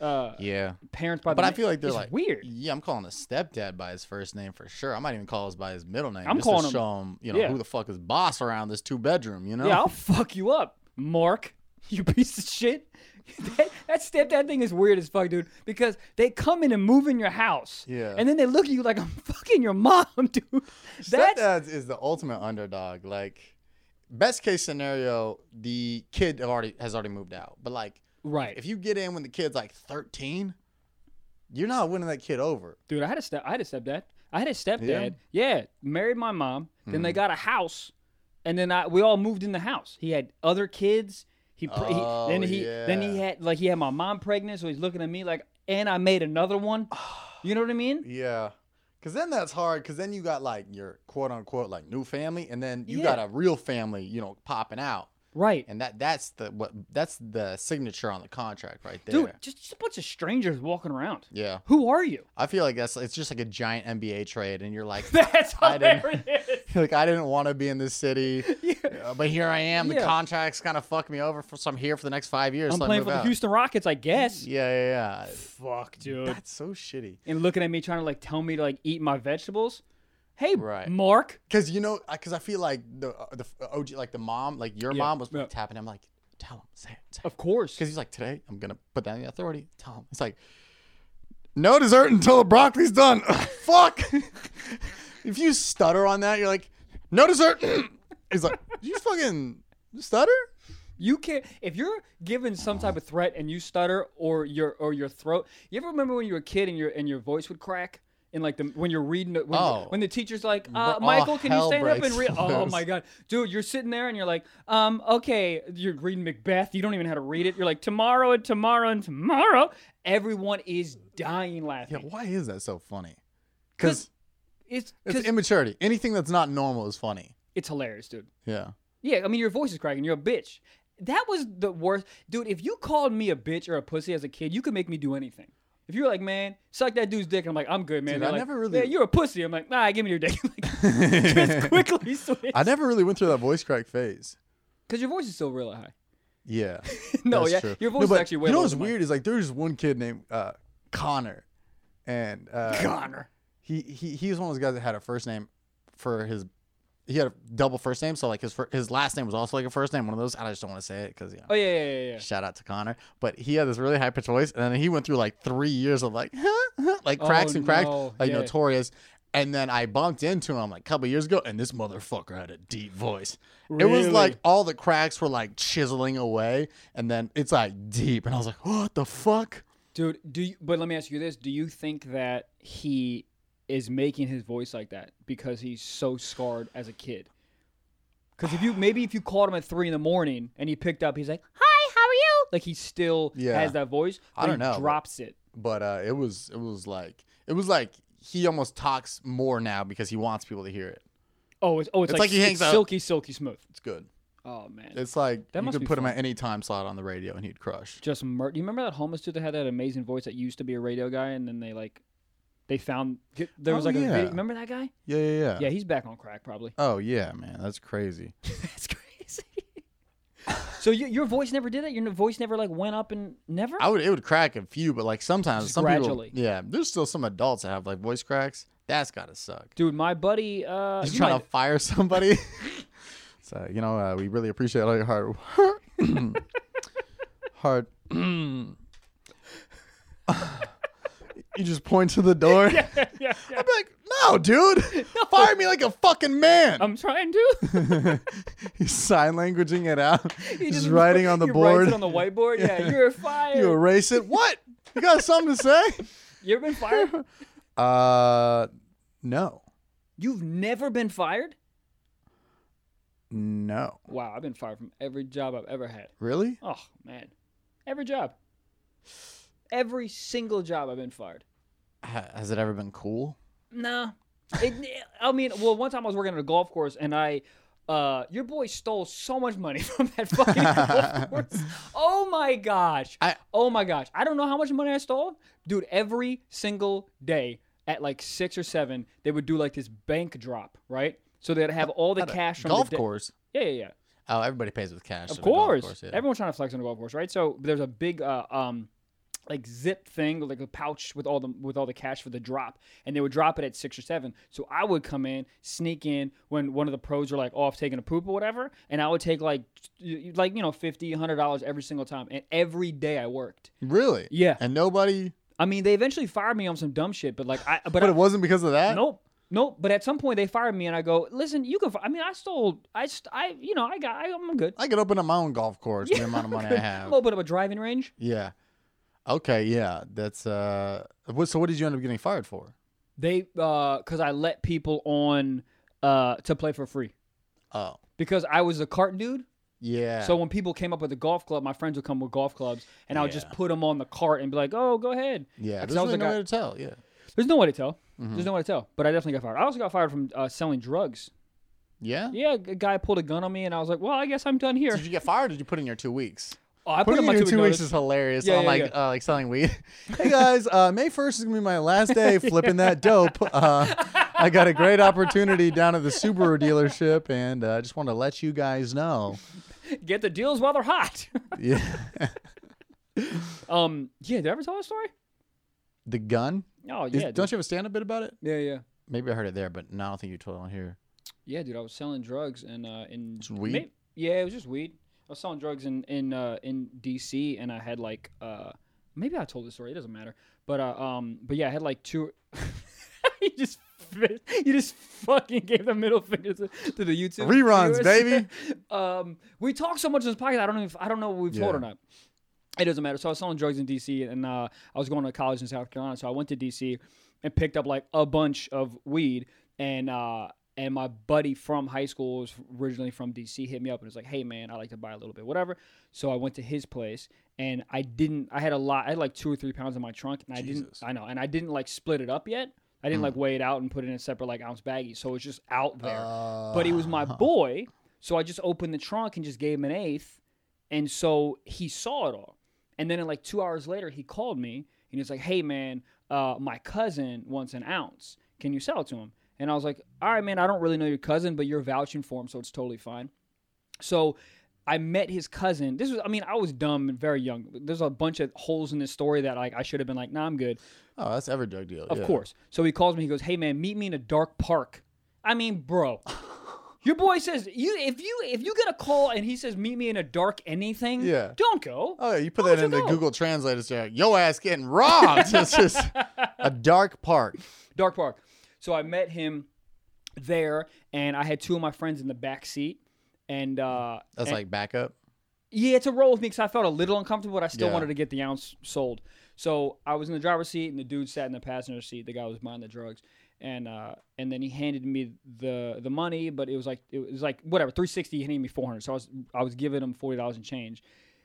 Speaker 2: uh,
Speaker 1: Yeah.
Speaker 2: parents by.
Speaker 1: But
Speaker 2: their
Speaker 1: I
Speaker 2: na-
Speaker 1: feel like they're
Speaker 2: it's
Speaker 1: like
Speaker 2: weird.
Speaker 1: Yeah, I'm calling a stepdad by his first name for sure. I might even call his by his middle name.
Speaker 2: I'm
Speaker 1: just
Speaker 2: calling
Speaker 1: to
Speaker 2: him-
Speaker 1: show him, you know,
Speaker 2: yeah.
Speaker 1: who the fuck is boss around this two bedroom. You know,
Speaker 2: Yeah, I'll fuck you up, Mark. You piece of shit. that, that stepdad thing is weird as fuck, dude. Because they come in and move in your house.
Speaker 1: Yeah.
Speaker 2: And then they look at you like I'm fucking your mom, dude. That's
Speaker 1: stepdads is the ultimate underdog. Like, best case scenario, the kid already has already moved out. But like,
Speaker 2: right,
Speaker 1: if you get in when the kid's like 13, you're not winning that kid over.
Speaker 2: dude. I had a step. I had a stepdad. I had a stepdad. Yeah, married my mom. Then
Speaker 1: Mm.
Speaker 2: they got a house, and then I we all moved in the house. He had other kids. He, pre-
Speaker 1: Oh,
Speaker 2: he then he then he
Speaker 1: yeah.
Speaker 2: had like he had my mom pregnant, so he's looking at me like, and I made another one. You know what I mean?
Speaker 1: Yeah. Cause then that's hard. Cause then you got like your quote unquote like new family, and then you
Speaker 2: Yeah.
Speaker 1: got a real family, you know, popping out.
Speaker 2: Right.
Speaker 1: and that that's the what that's the signature on the contract right there.
Speaker 2: Dude, just, just a bunch of strangers walking around.
Speaker 1: Yeah,
Speaker 2: Who are you?
Speaker 1: I feel like that's it's just like a giant NBA trade, and you're like,
Speaker 2: That's
Speaker 1: I didn't-
Speaker 2: hilarious.
Speaker 1: like I didn't want to be in this city, uh, but here I am. The
Speaker 2: Yeah.
Speaker 1: contract's kind of fucked me over, for, so I'm here for the next five years.
Speaker 2: I'm
Speaker 1: so I
Speaker 2: playing
Speaker 1: move
Speaker 2: for the
Speaker 1: out.
Speaker 2: Houston Rockets, I guess.
Speaker 1: Yeah, yeah, yeah.
Speaker 2: Fuck, dude.
Speaker 1: That's so shitty.
Speaker 2: and looking at me trying to like tell me to like eat my vegetables. Hey,
Speaker 1: Right.
Speaker 2: Mark.
Speaker 1: Cause you know, I- cause I feel like the uh, the f- OG, like the mom, like your
Speaker 2: Yeah,
Speaker 1: mom was
Speaker 2: yeah.
Speaker 1: tapping. him like, tell him, say it, say it.
Speaker 2: Of course.
Speaker 1: Because he's like, today I'm gonna put down the authority. Tell him. It's like, no dessert until the broccoli's done. Fuck. if you stutter on that, you're like, no dessert. he's like, "Did you fucking stutter?
Speaker 2: You can't if you're given some type of threat and you stutter or your or your throat. You ever remember when you were a kid and your and your voice would crack? And like the when you're reading the- when,
Speaker 1: Oh.
Speaker 2: when the teacher's like, uh,
Speaker 1: oh,
Speaker 2: Michael, can you
Speaker 1: hell
Speaker 2: stand up and
Speaker 1: breaks
Speaker 2: read? Oh
Speaker 1: loose.
Speaker 2: my god, dude, you're sitting there and you're like, um, okay, you're reading Macbeth. You don't even know how to read it. You're like, tomorrow and tomorrow and tomorrow. Everyone is dying
Speaker 1: Yeah,
Speaker 2: laughing.
Speaker 1: why is that so funny? Because
Speaker 2: it's
Speaker 1: it's
Speaker 2: 'cause
Speaker 1: immaturity. Anything that's not normal is funny.
Speaker 2: it's hilarious, dude.
Speaker 1: Yeah.
Speaker 2: Yeah, I mean your voice is cracking. You're a bitch. That was the worst, dude. If you called me a bitch or a pussy as a kid, you could make me do anything. If you're like, man, suck that dude's dick, and I'm like, I'm good, man.
Speaker 1: Dude,
Speaker 2: They're
Speaker 1: I
Speaker 2: like,
Speaker 1: never really-
Speaker 2: "Yeah, you're a pussy. I'm like, nah, give me your dick. Like, just quickly switch.
Speaker 1: I never really went through that voice crack phase.
Speaker 2: Because your voice is still really high.
Speaker 1: Yeah.
Speaker 2: No,
Speaker 1: that's
Speaker 2: yeah,
Speaker 1: true.
Speaker 2: your voice
Speaker 1: No,
Speaker 2: is
Speaker 1: but
Speaker 2: actually way
Speaker 1: You know
Speaker 2: lower
Speaker 1: what's
Speaker 2: than mine.
Speaker 1: weird is like there's one kid named uh, Connor, and uh,
Speaker 2: Connor.
Speaker 1: He he he was one of those guys that had a first name for his. He had a double first name, so like his fir- his last name was also like a first name. One of those. I just don't want to say it because you know.
Speaker 2: Oh yeah, yeah, yeah, yeah.
Speaker 1: Shout out to Connor, but he had this really high pitched voice, and then he went through like three years of like, huh, huh, like cracks
Speaker 2: Oh,
Speaker 1: and cracks,
Speaker 2: no.
Speaker 1: like
Speaker 2: Yeah.
Speaker 1: notorious. And then I bumped into him like a couple years ago, and this motherfucker had a deep voice. It was
Speaker 2: Really?
Speaker 1: like all the cracks were like chiseling away, and then it's like deep, and I was like, what the fuck?
Speaker 2: Dude, do you, but let me ask you this: Do you think that he is making his voice like that because he's so scarred as a kid? Because if you maybe if you called him at three in the morning and he picked up, he's like, "Hi, how are you?" Like he still
Speaker 1: Yeah.
Speaker 2: has that voice.
Speaker 1: I
Speaker 2: but
Speaker 1: don't
Speaker 2: he
Speaker 1: know, but-
Speaker 2: Drops it.
Speaker 1: But uh, it was it was like it was like he almost talks more now because he wants people to hear it.
Speaker 2: Oh, it's oh, it's,
Speaker 1: It's
Speaker 2: like,
Speaker 1: like he hangs
Speaker 2: it's
Speaker 1: out-
Speaker 2: silky, silky smooth.
Speaker 1: It's good.
Speaker 2: Oh man,
Speaker 1: It's like
Speaker 2: That
Speaker 1: you
Speaker 2: must
Speaker 1: could
Speaker 2: be
Speaker 1: put him
Speaker 2: fun.
Speaker 1: at any time slot on the radio, and he'd crush.
Speaker 2: just mur- you remember that homeless dude that had that amazing voice that used to be a radio guy and then they like they found there was
Speaker 1: Oh,
Speaker 2: like a
Speaker 1: yeah.
Speaker 2: video. remember that guy
Speaker 1: Yeah, yeah, yeah.
Speaker 2: yeah he's back on crack probably
Speaker 1: Oh yeah, man, that's crazy.
Speaker 2: that's crazy so you, your voice never did that your n- voice never like went up and never
Speaker 1: I would it would crack a few, but like sometimes
Speaker 2: Just
Speaker 1: some
Speaker 2: gradually.
Speaker 1: people, yeah, there's still some adults that have like voice cracks. That's gotta suck.
Speaker 2: dude my buddy uh
Speaker 1: Just
Speaker 2: you
Speaker 1: trying
Speaker 2: might-
Speaker 1: to fire somebody. so you know, uh, we really appreciate all your hard hard. you just point to the door.
Speaker 2: yeah, yeah.
Speaker 1: I'd be like, no, dude, fire me like a fucking man.
Speaker 2: I'm trying to.
Speaker 1: Um, He's sign languaging it out.
Speaker 2: He
Speaker 1: He's writing on the
Speaker 2: he
Speaker 1: board.
Speaker 2: Writes it on the whiteboard. Yeah, you're fired.
Speaker 1: you
Speaker 2: You're,
Speaker 1: erase it. What? You got something to say?
Speaker 2: You've been fired.
Speaker 1: Uh, no,
Speaker 2: You've never been fired.
Speaker 1: no,
Speaker 2: Wow, I've been fired from every job I've ever had.
Speaker 1: really?
Speaker 2: Oh man, every job, every single job I've been fired.
Speaker 1: Ha- Has it ever been cool?
Speaker 2: Nah, it, I mean, well, one time I was working at a golf course and I, uh, your boy stole so much money from that fucking golf course. Oh my gosh.
Speaker 1: I-
Speaker 2: oh my gosh. I don't know how much money I stole, dude. Every single day at like six or seven, they would do like this bank drop, right? So they'd have all the
Speaker 1: At a
Speaker 2: cash from
Speaker 1: golf
Speaker 2: the day-
Speaker 1: course.
Speaker 2: Yeah, yeah, yeah.
Speaker 1: Oh, everybody pays with cash. at
Speaker 2: Of
Speaker 1: a golf
Speaker 2: course.
Speaker 1: course, yeah.
Speaker 2: Everyone's trying to flex on a golf course, right? So there's a big uh, um like zip thing, like a pouch with all the with all the cash for the drop, and they would drop it at six or seven. So I would come in, sneak in when one of the pros are like off taking a poop or whatever, and I would take like y- like you know fifty, hundred dollars every single time, and every day I worked.
Speaker 1: really?
Speaker 2: Yeah,
Speaker 1: And nobody,
Speaker 2: I mean they eventually fired me on some dumb shit, but like I but,
Speaker 1: but
Speaker 2: I,
Speaker 1: it wasn't because of that.
Speaker 2: Nope. Nope, but at some point they fired me, and I go, "Listen, you can. fi- I mean, I stole. I, st- I, you know, I got. I, I'm good.
Speaker 1: I could open up my own golf course with the amount of money I
Speaker 2: A
Speaker 1: have.
Speaker 2: little bit of a driving range.
Speaker 1: Yeah. Okay. Yeah. That's uh. What, so what did you end up getting fired for?
Speaker 2: They because I let people on uh to play for free
Speaker 1: Oh.
Speaker 2: because I was a cart dude.
Speaker 1: Yeah.
Speaker 2: So when people came up with a golf club, my friends would come with golf clubs, and I would just
Speaker 1: Yeah.
Speaker 2: put them on the cart and be like, "Oh, go ahead."
Speaker 1: yeah.
Speaker 2: 'cause
Speaker 1: There's
Speaker 2: I was
Speaker 1: really
Speaker 2: the
Speaker 1: no
Speaker 2: guy-
Speaker 1: way to tell. Yeah.
Speaker 2: There's no way to tell.
Speaker 1: Mhm.
Speaker 2: There's no way to tell. But I definitely got fired. I also got fired from uh, selling drugs.
Speaker 1: Yeah.
Speaker 2: Yeah, a guy pulled a gun on me, and I was like, "Well, I guess I'm done here."
Speaker 1: Did you get fired? or Did you put in your two weeks?
Speaker 2: Oh, I put
Speaker 1: Putting
Speaker 2: in my
Speaker 1: in
Speaker 2: two,
Speaker 1: your
Speaker 2: week
Speaker 1: two weeks
Speaker 2: notice.
Speaker 1: is hilarious.
Speaker 2: Yeah,
Speaker 1: on
Speaker 2: yeah,
Speaker 1: like Uh, like selling weed. hey guys, uh, May first is gonna be my last day flipping that dope. Uh, I got a great opportunity down at the Subaru dealership, and uh, I just want to let you guys know.
Speaker 2: Get the deals while they're hot.
Speaker 1: Yeah,
Speaker 2: um, yeah. Did I ever tell that story?
Speaker 1: the gun.
Speaker 2: Oh
Speaker 1: Is-
Speaker 2: yeah. dude.
Speaker 1: don't you have a stand-up bit about it?
Speaker 2: yeah, yeah.
Speaker 1: Maybe I heard it there, but no, I don't think you told it on here.
Speaker 2: Yeah, dude, I was selling drugs and uh, in
Speaker 1: Just weed?
Speaker 2: May- yeah, it was just weed. I was selling drugs in in uh, in DC, and I had like uh, maybe I told this story. It doesn't matter, but uh, um, but yeah, I had like two. you just fi- you just fucking gave the middle finger to, to the YouTube
Speaker 1: Reruns,
Speaker 2: viewers.
Speaker 1: baby.
Speaker 2: um, we talk so much in this podcast. I don't know if I don't know what we've told
Speaker 1: Yeah.
Speaker 2: or not. It doesn't matter. So I was selling drugs in DC, and uh, I was going to college in South Carolina. So I went to DC and picked up like a bunch of weed. And uh, and my buddy from high school was originally from DC. Hit me up and was like, "Hey man, I like to buy a little bit, whatever." So I went to his place, and I didn't. I had a lot. I had like two or three pounds in my trunk, and I didn't.
Speaker 1: Jesus.
Speaker 2: I know, and I didn't like split it up yet. I didn't like weigh it out and put it in a separate like ounce baggie. So it's just
Speaker 1: Uh,
Speaker 2: out there but he was my boy. So I just opened the trunk and just gave him an eighth. And so he saw it all. And then like two hours later, he called me and he's like, hey, man, uh, my cousin wants an ounce. Can you sell it to him? And I was like, all right, man, I don't really know your cousin, but you're vouching for him, so it's totally fine. So I met his cousin. This was, I mean, I was dumb and very young. There's a bunch of holes in this story that like I should have been like, nah, I'm good.
Speaker 1: Oh, that's every drug deal.
Speaker 2: Of course. So he calls me. He goes, "Hey man, meet me in a dark park." I mean, bro, your boy says you if you if you get a call and he says meet me in a dark anything,
Speaker 1: Yeah.
Speaker 2: don't go.
Speaker 1: Oh, yeah, you put
Speaker 2: Why
Speaker 1: that in
Speaker 2: would you
Speaker 1: the
Speaker 2: go?
Speaker 1: Google Translator. It's like, yo ass getting robbed. it's just a dark park.
Speaker 2: Dark Park. So I met him there, and I had two of my friends in the back seat, and uh,
Speaker 1: That's like backup.
Speaker 2: Yeah, it's a roll with me because I felt a little uncomfortable, but I still
Speaker 1: Yeah.
Speaker 2: wanted to get the ounce sold. So I was in the driver's seat, and the dude sat in the passenger seat. The guy was buying the drugs, and uh, and then he handed me the the money, but it was like it was like whatever three sixty. He handed me four hundred, so I was I was giving him forty dollars in change,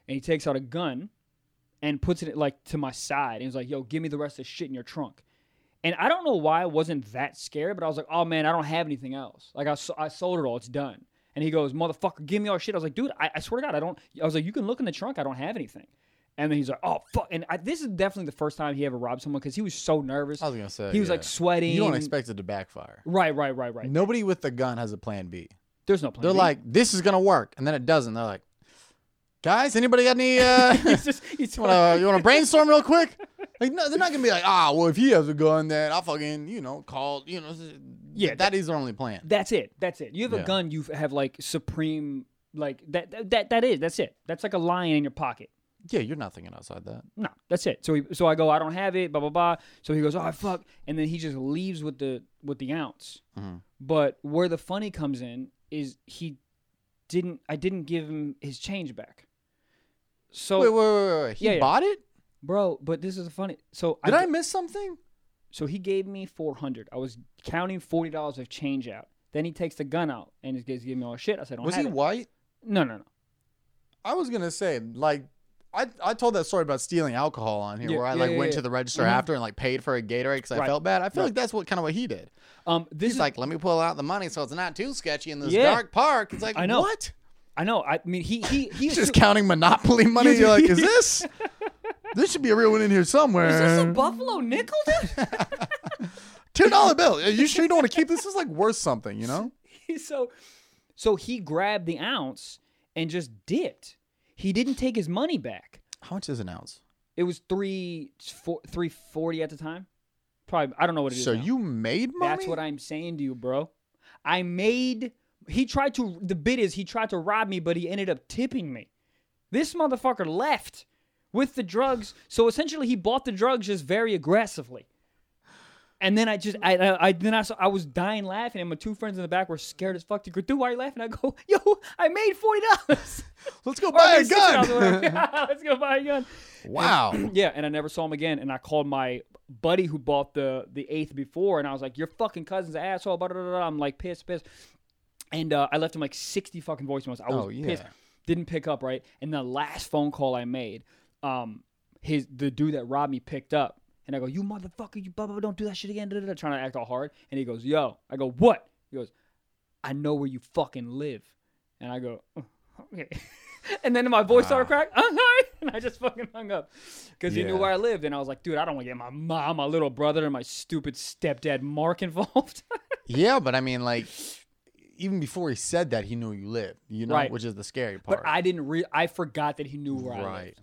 Speaker 2: and he takes out a gun, and puts it like to my side, and he was like, "Yo, give me the rest of the shit in your trunk." And I don't know why I wasn't that scared, but I was like, oh man, I don't have anything else. Like, I, s- I sold it all. It's done. And he goes, motherfucker, give me all your shit. I was like, dude, I, I swear to God, I don't. I was like, you can look in the trunk. I don't have anything. And then he's like, oh, fuck. And I, this is definitely the first time he ever robbed someone because he was so nervous.
Speaker 1: I was going to say.
Speaker 2: he was
Speaker 1: Oh, yeah.
Speaker 2: like sweating.
Speaker 1: You don't expect it to backfire.
Speaker 2: Right, right, right, right.
Speaker 1: Nobody with a gun has a plan B.
Speaker 2: There's no plan.
Speaker 1: They're
Speaker 2: B.
Speaker 1: like, this is going to work. And then it doesn't. They're like, guys, anybody got any. Uh,
Speaker 2: he's just, he's
Speaker 1: You wanna, you wanna brainstorm real quick? Like no, they're not gonna be like, ah, well, if he has a gun, then I'll fucking, you know, call, you know,
Speaker 2: Yeah,
Speaker 1: that is their only plan.
Speaker 2: That's it. That's it. You have a
Speaker 1: Yeah.
Speaker 2: gun. You have like supreme, like that, that. That that is. That's it. That's like a lion in your pocket.
Speaker 1: Yeah, you're not thinking outside that.
Speaker 2: no, that's it. So he, so I go, I don't have it, blah blah blah. So he goes, oh fuck, and then he just leaves with the with the ounce.
Speaker 1: Mhm.
Speaker 2: But where the funny comes in is he didn't. I didn't give him his change back. So
Speaker 1: wait, wait, wait, wait, wait. He
Speaker 2: Yeah, yeah.
Speaker 1: bought it?
Speaker 2: bro, but this is funny. So
Speaker 1: Did
Speaker 2: I,
Speaker 1: I miss something?
Speaker 2: so he gave me four hundred. I was counting forty dollars of change out. Then he takes the gun out and just gives, gives me all his shit. I said, I don't
Speaker 1: Was
Speaker 2: have
Speaker 1: he
Speaker 2: it.
Speaker 1: white?
Speaker 2: No, no, no.
Speaker 1: I was gonna say, like, I I told that story about stealing alcohol on here,
Speaker 2: Yeah,
Speaker 1: where I
Speaker 2: yeah,
Speaker 1: like
Speaker 2: yeah,
Speaker 1: went
Speaker 2: yeah.
Speaker 1: to the register
Speaker 2: Mhm.
Speaker 1: after and like paid for a Gatorade because I
Speaker 2: Right.
Speaker 1: felt bad. I feel like that's what kind of what he did.
Speaker 2: Um, this
Speaker 1: He's
Speaker 2: is
Speaker 1: like, let me pull out the money so it's not too sketchy in this
Speaker 2: Yeah.
Speaker 1: dark park. It's like,
Speaker 2: I know.
Speaker 1: what?
Speaker 2: I know. I mean, he he he
Speaker 1: He's just counting Monopoly money. You're like, is this? This should be a real one in here somewhere.
Speaker 2: Is this a buffalo nickel, dude?
Speaker 1: Ten dollar bill. Are you sure you don't want to keep this? This is like worth something, you know?
Speaker 2: so so he grabbed the ounce and just dipped. He didn't take his money back.
Speaker 1: How much is an ounce?
Speaker 2: It was three four, three forty at the time. Probably I don't know what it is.
Speaker 1: So
Speaker 2: now.
Speaker 1: you made money.
Speaker 2: that's what I'm saying to you, bro. I made he tried to the bit is he tried to rob me, but he ended up tipping me. This motherfucker left with the drugs. So essentially he bought the drugs just very aggressively. And then I just, I, I, I then I, saw, I was dying laughing, and my two friends in the back were scared as fuck. They go, "Dude, why are you laughing?" I go, "Yo, I made forty dollars.
Speaker 1: Let's go
Speaker 2: Oh,
Speaker 1: buy a gun.
Speaker 2: Let's go buy a gun."
Speaker 1: wow.
Speaker 2: Yeah, and I never saw him again. And I called my buddy who bought the the eighth before, and I was like, "Your fucking cousin's an asshole." Blah, blah, blah, blah. I'm like pissed, pissed. And uh, I left him like sixty fucking voicemails. I was
Speaker 1: Oh, yeah.
Speaker 2: pissed. Didn't pick up right. And the last phone call I made, um, his the dude that robbed me picked up, and I go, "You motherfucker, you blah blah, blah don't do that shit again." Da, da, da, trying to act all hard, and he goes, "Yo," I go, "What?" He goes, "I know where you fucking live," and I go, "Oh, "Okay." and then my voice started crack. I'm sorry, and I just fucking hung up because he knew
Speaker 1: Yeah.
Speaker 2: where I lived, and I was like, "Dude, I don't want to get my mom, my little brother, and my stupid stepdad Mark involved."
Speaker 1: Yeah, but I mean, like, even before he said that, he knew you lived, you know,
Speaker 2: Right.
Speaker 1: which is the scary part.
Speaker 2: but I didn't. Re- I forgot that he knew where I
Speaker 1: right.
Speaker 2: lived.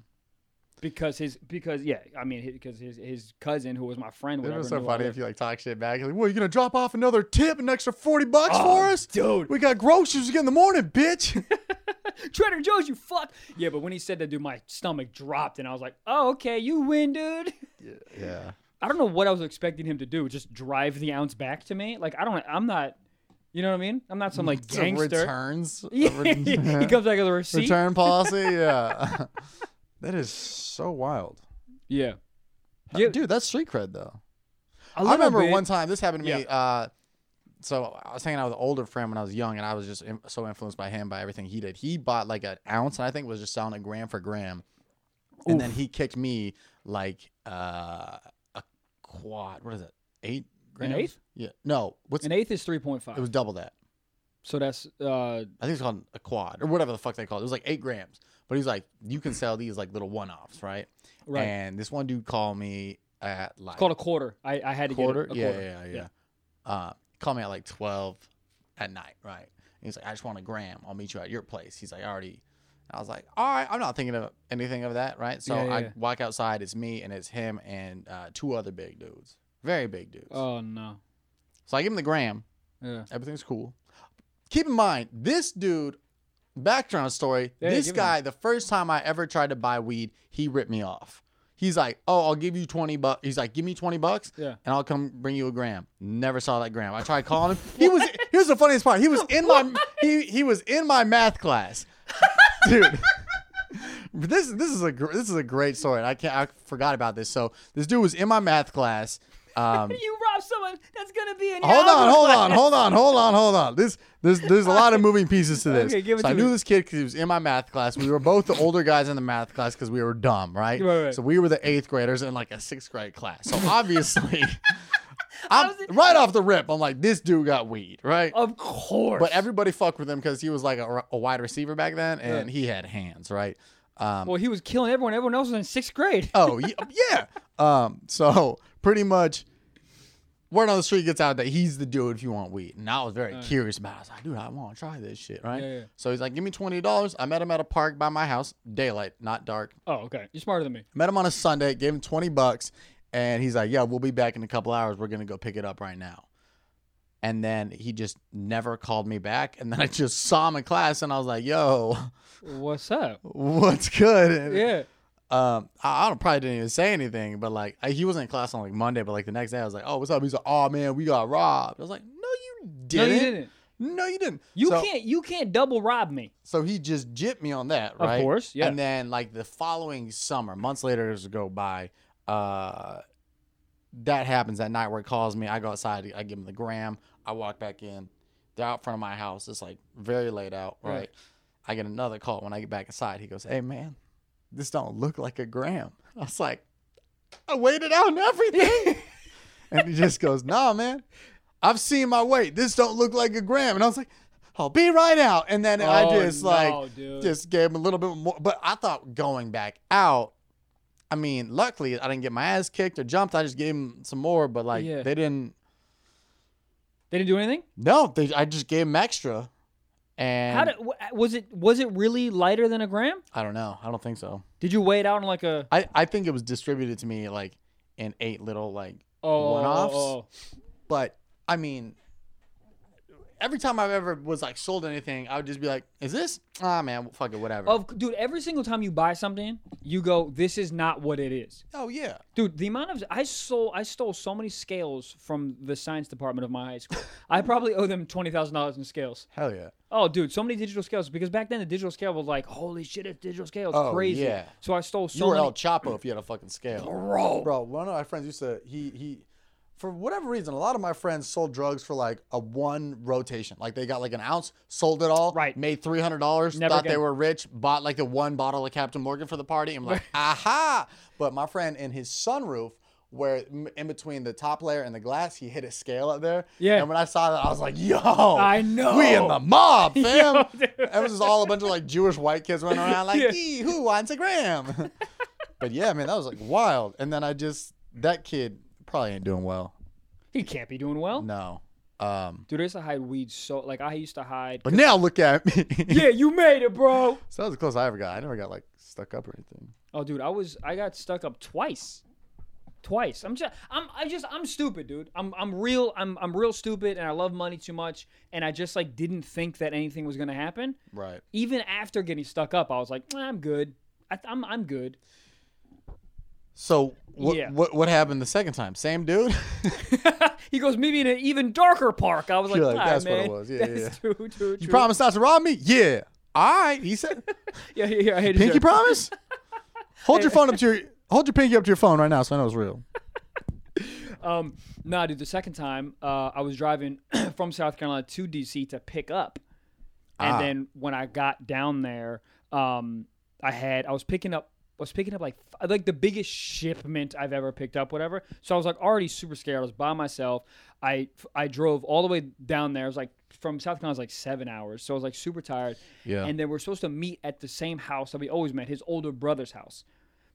Speaker 2: because his because yeah I mean because his, his cousin who was my friend
Speaker 1: It
Speaker 2: whatever,
Speaker 1: was so
Speaker 2: knew I
Speaker 1: funny if
Speaker 2: lived.
Speaker 1: you like talk shit back. Like, well, you gonna drop off another tip, an extra forty bucks
Speaker 2: Oh,
Speaker 1: for us,
Speaker 2: dude.
Speaker 1: We got groceries again in the morning, bitch.
Speaker 2: Trader Joe's you fuck yeah but when he said that dude my stomach dropped and I was like oh okay you win dude
Speaker 1: yeah.
Speaker 2: I don't know what I was expecting him to do just drive the ounce back to me like I don't I'm not you know what I mean I'm not some like
Speaker 1: Some
Speaker 2: gangster
Speaker 1: returns.
Speaker 2: yeah.
Speaker 1: Return-
Speaker 2: he comes back with a receipt
Speaker 1: return policy. Yeah. that is so wild.
Speaker 2: yeah Yeah.
Speaker 1: Dude, that's street cred though.
Speaker 2: A
Speaker 1: I
Speaker 2: little
Speaker 1: remember
Speaker 2: bit.
Speaker 1: one time this happened to me.
Speaker 2: Yeah.
Speaker 1: Uh, so I was hanging out with an older friend when I was young, and I was just in- so influenced by him by everything he did. He bought like an ounce, and I think was just selling a gram for gram, and then he kicked me like uh, a quad. What is it? Eight grams?
Speaker 2: eighth?
Speaker 1: Yeah. No. What's
Speaker 2: an eighth is three point five
Speaker 1: it was double that.
Speaker 2: So that's uh,
Speaker 1: I think it's called a quad or whatever the fuck they call it. It was like eight grams. But he's like, you can sell these like little one offs, right?
Speaker 2: Right.
Speaker 1: And this one dude called me at like
Speaker 2: called a quarter. I, I had to
Speaker 1: quarter.
Speaker 2: get a, a
Speaker 1: yeah,
Speaker 2: quarter.
Speaker 1: yeah, yeah, yeah. Uh, called me at like twelve at night, right? And he's like, I just want a gram. I'll meet you at your place. He's like, I already. I was like, all right, I'm not thinking of anything of that, right? So
Speaker 2: Yeah, yeah,
Speaker 1: I
Speaker 2: yeah.
Speaker 1: walk outside. It's me and it's him and uh, two other big dudes, very big dudes.
Speaker 2: Oh no.
Speaker 1: so I give him the gram.
Speaker 2: Yeah.
Speaker 1: Everything's cool. Keep in mind, this dude, background story,
Speaker 2: Yeah,
Speaker 1: this
Speaker 2: give it
Speaker 1: guy, the first time I ever tried to buy weed, he ripped me off. He's like, oh, I'll give you 20 bucks. He's like, give me 20 bucks
Speaker 2: Yeah.
Speaker 1: and I'll come bring you a gram. Never saw that gram. I tried calling him. He was, here's the funniest part. He was in my, he, he was in my math class. Dude. This this is a gr- this is a great story. and I can't I forgot about this. So this dude was in my math class. Um,
Speaker 2: You rob someone that's gonna be in.
Speaker 1: hold on, hold on, hold on, hold on, hold on. This there's there's a lot of moving pieces to this.
Speaker 2: Okay, give it
Speaker 1: so I
Speaker 2: to
Speaker 1: knew
Speaker 2: me.
Speaker 1: this kid because he was in my math class. We were both the older guys in the math class because we were dumb, right?
Speaker 2: Right, right.
Speaker 1: So we were the eighth graders in like a sixth grade class. So obviously, I'm
Speaker 2: was-
Speaker 1: right off the rip. I'm like, this dude got weed, right?
Speaker 2: Of course.
Speaker 1: But everybody fucked with him because he was like a, a wide receiver back then, and he had hands, right? Um,
Speaker 2: well, he was killing everyone. Everyone else was in sixth grade.
Speaker 1: oh y- yeah. Um, so pretty much, word on the street gets out that he's the dude if you want weed. And I was very curious about. It. I was like, dude, I want to try this shit, right?
Speaker 2: Yeah, yeah.
Speaker 1: So he's like, give me twenty dollars. I met him at a park by my house, daylight, not dark.
Speaker 2: Oh, okay. You're smarter than me.
Speaker 1: Met him on a Sunday, gave him twenty bucks, and he's like, yeah, we'll be back in a couple hours. We're gonna go pick it up right now. And then he just never called me back. And then I just saw him in class, and I was like, yo,
Speaker 2: What's up?
Speaker 1: what's good? And-
Speaker 2: Yeah.
Speaker 1: um, I, I don't probably didn't even say anything, but like I, he wasn't in class on like Monday, but like the next day I was like, "Oh, what's up?" He's like, "Oh man, we got robbed." I was like, "No, you
Speaker 2: No,
Speaker 1: didn't.
Speaker 2: you didn't.
Speaker 1: No, you didn't.
Speaker 2: You
Speaker 1: So-
Speaker 2: can't. You can't double rob me.
Speaker 1: So he just jipped me on that, right?
Speaker 2: course, yeah.
Speaker 1: And then like the following summer, months later as go by, uh, that happens that night where he calls me. I go outside, I give him the gram, I walk back in. They're out front of my house. It's like very late out, right?
Speaker 2: Right.
Speaker 1: I get another call when I get back inside. He goes, "Hey man, this don't look like a gram." I was like, "I weighed it out and everything," and he just goes, "Nah, man, I've seen my weight. This don't look like a gram." And I was like, "I'll be right out." And then I
Speaker 2: Oh,
Speaker 1: just
Speaker 2: no,
Speaker 1: like
Speaker 2: dude.
Speaker 1: just gave him a little bit more. But I thought going back out. I mean, luckily I didn't get my ass kicked or jumped. I just gave him some more, but like
Speaker 2: Yeah.
Speaker 1: they didn't.
Speaker 2: They didn't do anything.
Speaker 1: No, they, I just gave him extra, and
Speaker 2: How did? wh- Was it? Was it really lighter than a gram?
Speaker 1: I don't know. I don't think so.
Speaker 2: Did you weigh it out in like a?
Speaker 1: I, I think it was distributed to me like in eight little like
Speaker 2: Oh,
Speaker 1: One-offs?
Speaker 2: oh, oh.
Speaker 1: but I mean every time I've ever was like sold anything, I would just be like, Is this? Ah man, fuck it, whatever.
Speaker 2: oh. Of dude, every single time you buy something, you go, "This is not what it is."
Speaker 1: oh yeah.
Speaker 2: Dude, the amount of I stole I stole so many scales from the science department of my high school. I probably owe them twenty thousand dollars in scales.
Speaker 1: Hell yeah.
Speaker 2: Oh, dude, so many digital scales because back then the digital scale was like, holy shit, it's digital scale, it's
Speaker 1: Oh,
Speaker 2: crazy.
Speaker 1: yeah.
Speaker 2: So I stole
Speaker 1: You
Speaker 2: so
Speaker 1: were
Speaker 2: many.
Speaker 1: El Chapo if you had a fucking scale.
Speaker 2: bro.
Speaker 1: Bro, one of my friends used to he he for whatever reason, a lot of my friends sold drugs for like a one rotation. Like they got like an ounce, sold it all,
Speaker 2: Right.
Speaker 1: made three hundred dollars,
Speaker 2: Never
Speaker 1: thought they
Speaker 2: again.
Speaker 1: were rich, bought like the one bottle of Captain Morgan for the party, and I'm like, aha! But my friend in his sunroof, where m- in between the top layer and the glass, he hit a scale up there.
Speaker 2: Yeah.
Speaker 1: And when I saw that, I was like, yo,
Speaker 2: I know.
Speaker 1: we in the mob, fam.
Speaker 2: Yo, dude.
Speaker 1: it was just all a bunch of like Jewish white kids running around like,
Speaker 2: Yeah.
Speaker 1: "Ee, who wants a gram? But yeah, man, that was like wild. And then I just that kid probably ain't doing well.
Speaker 2: He can't be doing well.
Speaker 1: No. Um
Speaker 2: Dude, I used to hide weed so like I used to hide.
Speaker 1: but now look at me.
Speaker 2: yeah, you made it, bro.
Speaker 1: so that was the closest I ever got. I never got like stuck up or anything.
Speaker 2: Oh, dude, I was I got stuck up twice. Twice. I'm just I'm I just I'm stupid, dude. I'm I'm real I'm I'm real stupid and I love money too much and I just like didn't think that anything was going to happen.
Speaker 1: Right.
Speaker 2: Even after getting stuck up, I was like, "Nah, I'm good. I, th- I'm I'm good.
Speaker 1: So what
Speaker 2: Yeah.
Speaker 1: what what happened the second time? Same dude?
Speaker 2: he goes, maybe in an even darker park. I was like,
Speaker 1: You're like,
Speaker 2: "Nah,
Speaker 1: that's what
Speaker 2: man.
Speaker 1: it was. Yeah, yeah,
Speaker 2: that's True, true, true.
Speaker 1: you promised not to rob me? Yeah. All right. He said
Speaker 2: Yeah, yeah, yeah. I hated
Speaker 1: Pinky
Speaker 2: you.
Speaker 1: promise? Hold your phone up to your hold your pinky up to your phone right now so I know it's real.
Speaker 2: Um, nah, dude. The second time, uh, I was driving from South Carolina to DC to pick up, and
Speaker 1: Ah.
Speaker 2: then when I got down there, um, I had I was picking up was picking up like f- like the biggest shipment I've ever picked up, whatever. So I was like already super scared. I was by myself. I I drove all the way down there. It was like from South Carolina, it was like seven hours. So I was like super tired.
Speaker 1: Yeah.
Speaker 2: And then we're supposed to meet at the same house that we always met, his older brother's house.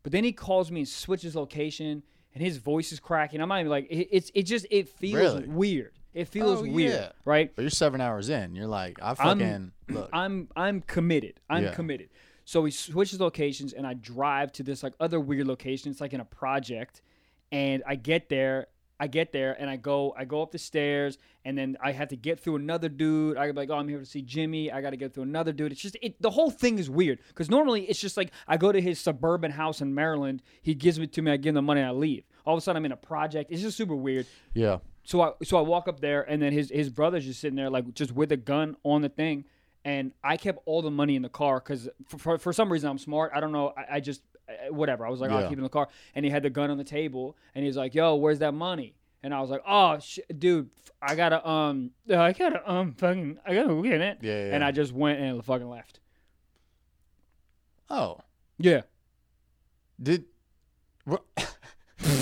Speaker 2: But then he calls me and switches location, and his voice is cracking. I'm not even like it, it's it just it feels
Speaker 1: Really?
Speaker 2: weird. It feels
Speaker 1: Oh,
Speaker 2: weird,
Speaker 1: yeah.
Speaker 2: right?
Speaker 1: But you're seven hours in. You're like, I fucking look.
Speaker 2: I'm I'm committed. I'm
Speaker 1: Yeah.
Speaker 2: committed. So we switches locations and I drive to this like other weird location. It's like in a project, and I get there. I get there and I go I go up the stairs and then I have to get through another dude. I be like, oh, I'm here to see Jimmy. I got to get through another dude. It's just it, the whole thing is weird because normally it's just like I go to his suburban house in Maryland. He gives it to me. I give him the money. and I leave. All of a sudden I'm in a project. It's just super weird
Speaker 1: yeah.
Speaker 2: so I so I walk up there and then his his brother's just sitting there like just with a gun on the thing, and I kept all the money in the car because for, for for some reason I'm smart. I don't know. I, I just I- whatever. I was like I'll
Speaker 1: Yeah.
Speaker 2: keep it in the car, and he had the gun on the table, and he's like, "Yo, where's that money?" And I was like, "Oh, sh- dude, f- I gotta um, I gotta um, fucking, I gotta go get it."
Speaker 1: Yeah, yeah,
Speaker 2: And
Speaker 1: yeah.
Speaker 2: I just went and fucking left.
Speaker 1: Oh,
Speaker 2: Yeah.
Speaker 1: did. Wha- you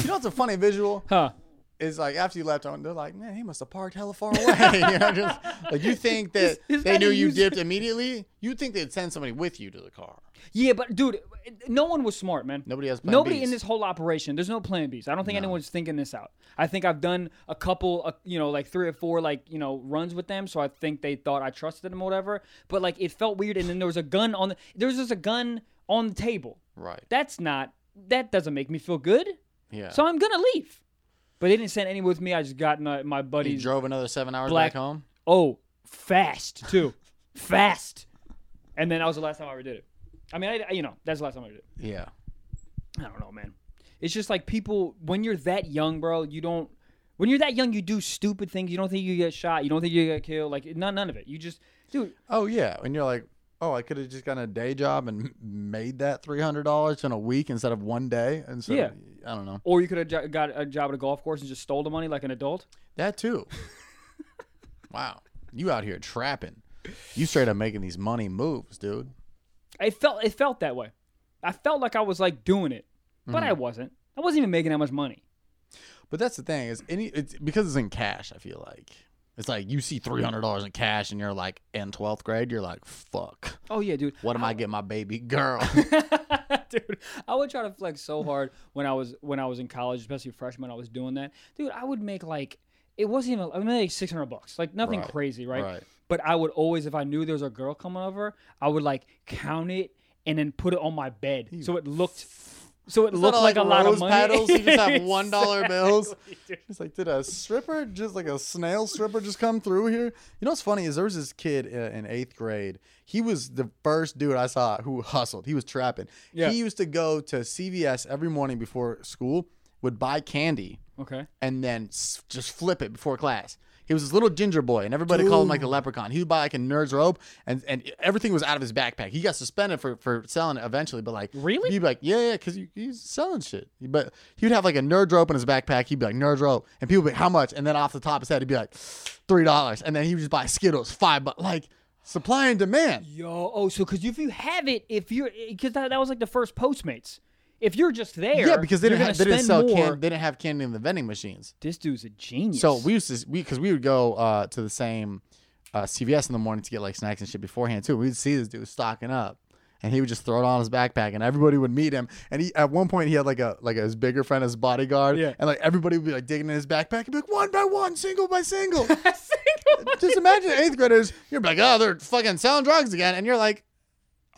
Speaker 1: know what's a funny visual?
Speaker 2: Huh.
Speaker 1: Is like after you left on, they're like, man, he must have parked hella far away. you know, just, like you think that
Speaker 2: Is- is
Speaker 1: they
Speaker 2: that
Speaker 1: knew
Speaker 2: a
Speaker 1: you
Speaker 2: use-
Speaker 1: dipped immediately. You think they'd send somebody with you to the car.
Speaker 2: Yeah, but dude, no one was smart, man.
Speaker 1: Nobody has plan
Speaker 2: Nobody
Speaker 1: Bs.
Speaker 2: in this whole operation. There's no plan Bs. I don't think anyone's thinking this out. I think I've done a couple, uh, you know, like three or four, like you know, runs with them. So I think they thought I trusted them, or whatever. But like it felt weird. And then there was a gun on the. There was just a gun on the table.
Speaker 1: Right.
Speaker 2: That's not. That doesn't make me feel good.
Speaker 1: Yeah.
Speaker 2: So I'm gonna leave. But they didn't send anyone with me. I just got my, my
Speaker 1: he
Speaker 2: buddies.
Speaker 1: drove another seven hours
Speaker 2: Black-
Speaker 1: back home.
Speaker 2: oh, fast too, fast. And then that was the last time I ever did it. I mean, I, I- you know, that's the last time I ever did it.
Speaker 1: Yeah.
Speaker 2: I don't know, man. It's just like people when you're that young, bro. You don't. When you're that young, you do stupid things. You don't think you get shot. You don't think you get killed. Like none, none of it. You just, dude.
Speaker 1: Oh yeah, and you're like, oh, I could have just gotten a day job and made that three hundred dollars in a week instead of one day. And so
Speaker 2: Yeah.
Speaker 1: I don't know
Speaker 2: Or you could have jo- got a job at a golf course and just stole the money like an adult.
Speaker 1: that too. wow, you out here trapping. You straight up making these money moves, dude.
Speaker 2: It felt, it felt that way. I felt like I was like doing it, but I wasn't. I wasn't even making that much money.
Speaker 1: But that's the thing is any it's because it's in cash. I feel like it's like you see three hundred dollars in cash and you're like in twelfth grade. You're like, fuck.
Speaker 2: Oh yeah, dude.
Speaker 1: What am I getting my baby girl?
Speaker 2: dude i would try to flex so hard when i was when i was in college especially freshman i was doing that dude i would make like it wasn't even i made like 600 bucks like nothing
Speaker 1: Right,
Speaker 2: crazy right?
Speaker 1: right.
Speaker 2: but i would always if i knew there was a girl coming over i would like count it and then put it on my bed so it looked so it looked
Speaker 1: Look
Speaker 2: like, a lot
Speaker 1: rose
Speaker 2: of money
Speaker 1: petals. You just have one dollar bills.
Speaker 2: dude.
Speaker 1: It's like, did a stripper, just like a snail stripper, just come through here? You know what's funny is there was this kid uh, in eighth grade. He was the first dude I saw who hustled. He was trapping.
Speaker 2: Yeah.
Speaker 1: He used to go to CVS every morning before school, would buy candy,
Speaker 2: okay
Speaker 1: and then s- just flip it before class. He was this little ginger boy, and everybody called him like the leprechaun. He would buy like a nerd's robe, and, and everything was out of his backpack. He got suspended for, for selling it eventually, but like
Speaker 2: Really?
Speaker 1: he'd be like, yeah, yeah, because he, he's selling shit. But he would have like a nerd's rope in his backpack. He'd be like nerd's rope, and people would be how much? And then off the top of his head, he'd be like three dollars, and then he would just buy Skittles five, but like supply and demand.
Speaker 2: yo oh so because if you have it if you're because that, that was like the first postmates if you're just there
Speaker 1: Yeah, because they
Speaker 2: you're
Speaker 1: didn't, ha-
Speaker 2: gonna
Speaker 1: they didn't sell
Speaker 2: spend more.
Speaker 1: can- they didn't have candy in the vending machines.
Speaker 2: this dude's a genius
Speaker 1: So we used to we because we would go uh, to the same uh, CVS in the morning to get like snacks and shit beforehand too. We'd see this dude stocking up, and he would just throw it on his backpack, and everybody would meet him. And he at one point he had like a like his bigger friend, his bodyguard,
Speaker 2: Yeah.
Speaker 1: and like everybody would be like digging in his backpack, and be like one by one, single by single. just imagine eighth graders. You're like, oh, they're fucking selling drugs again, and you're like.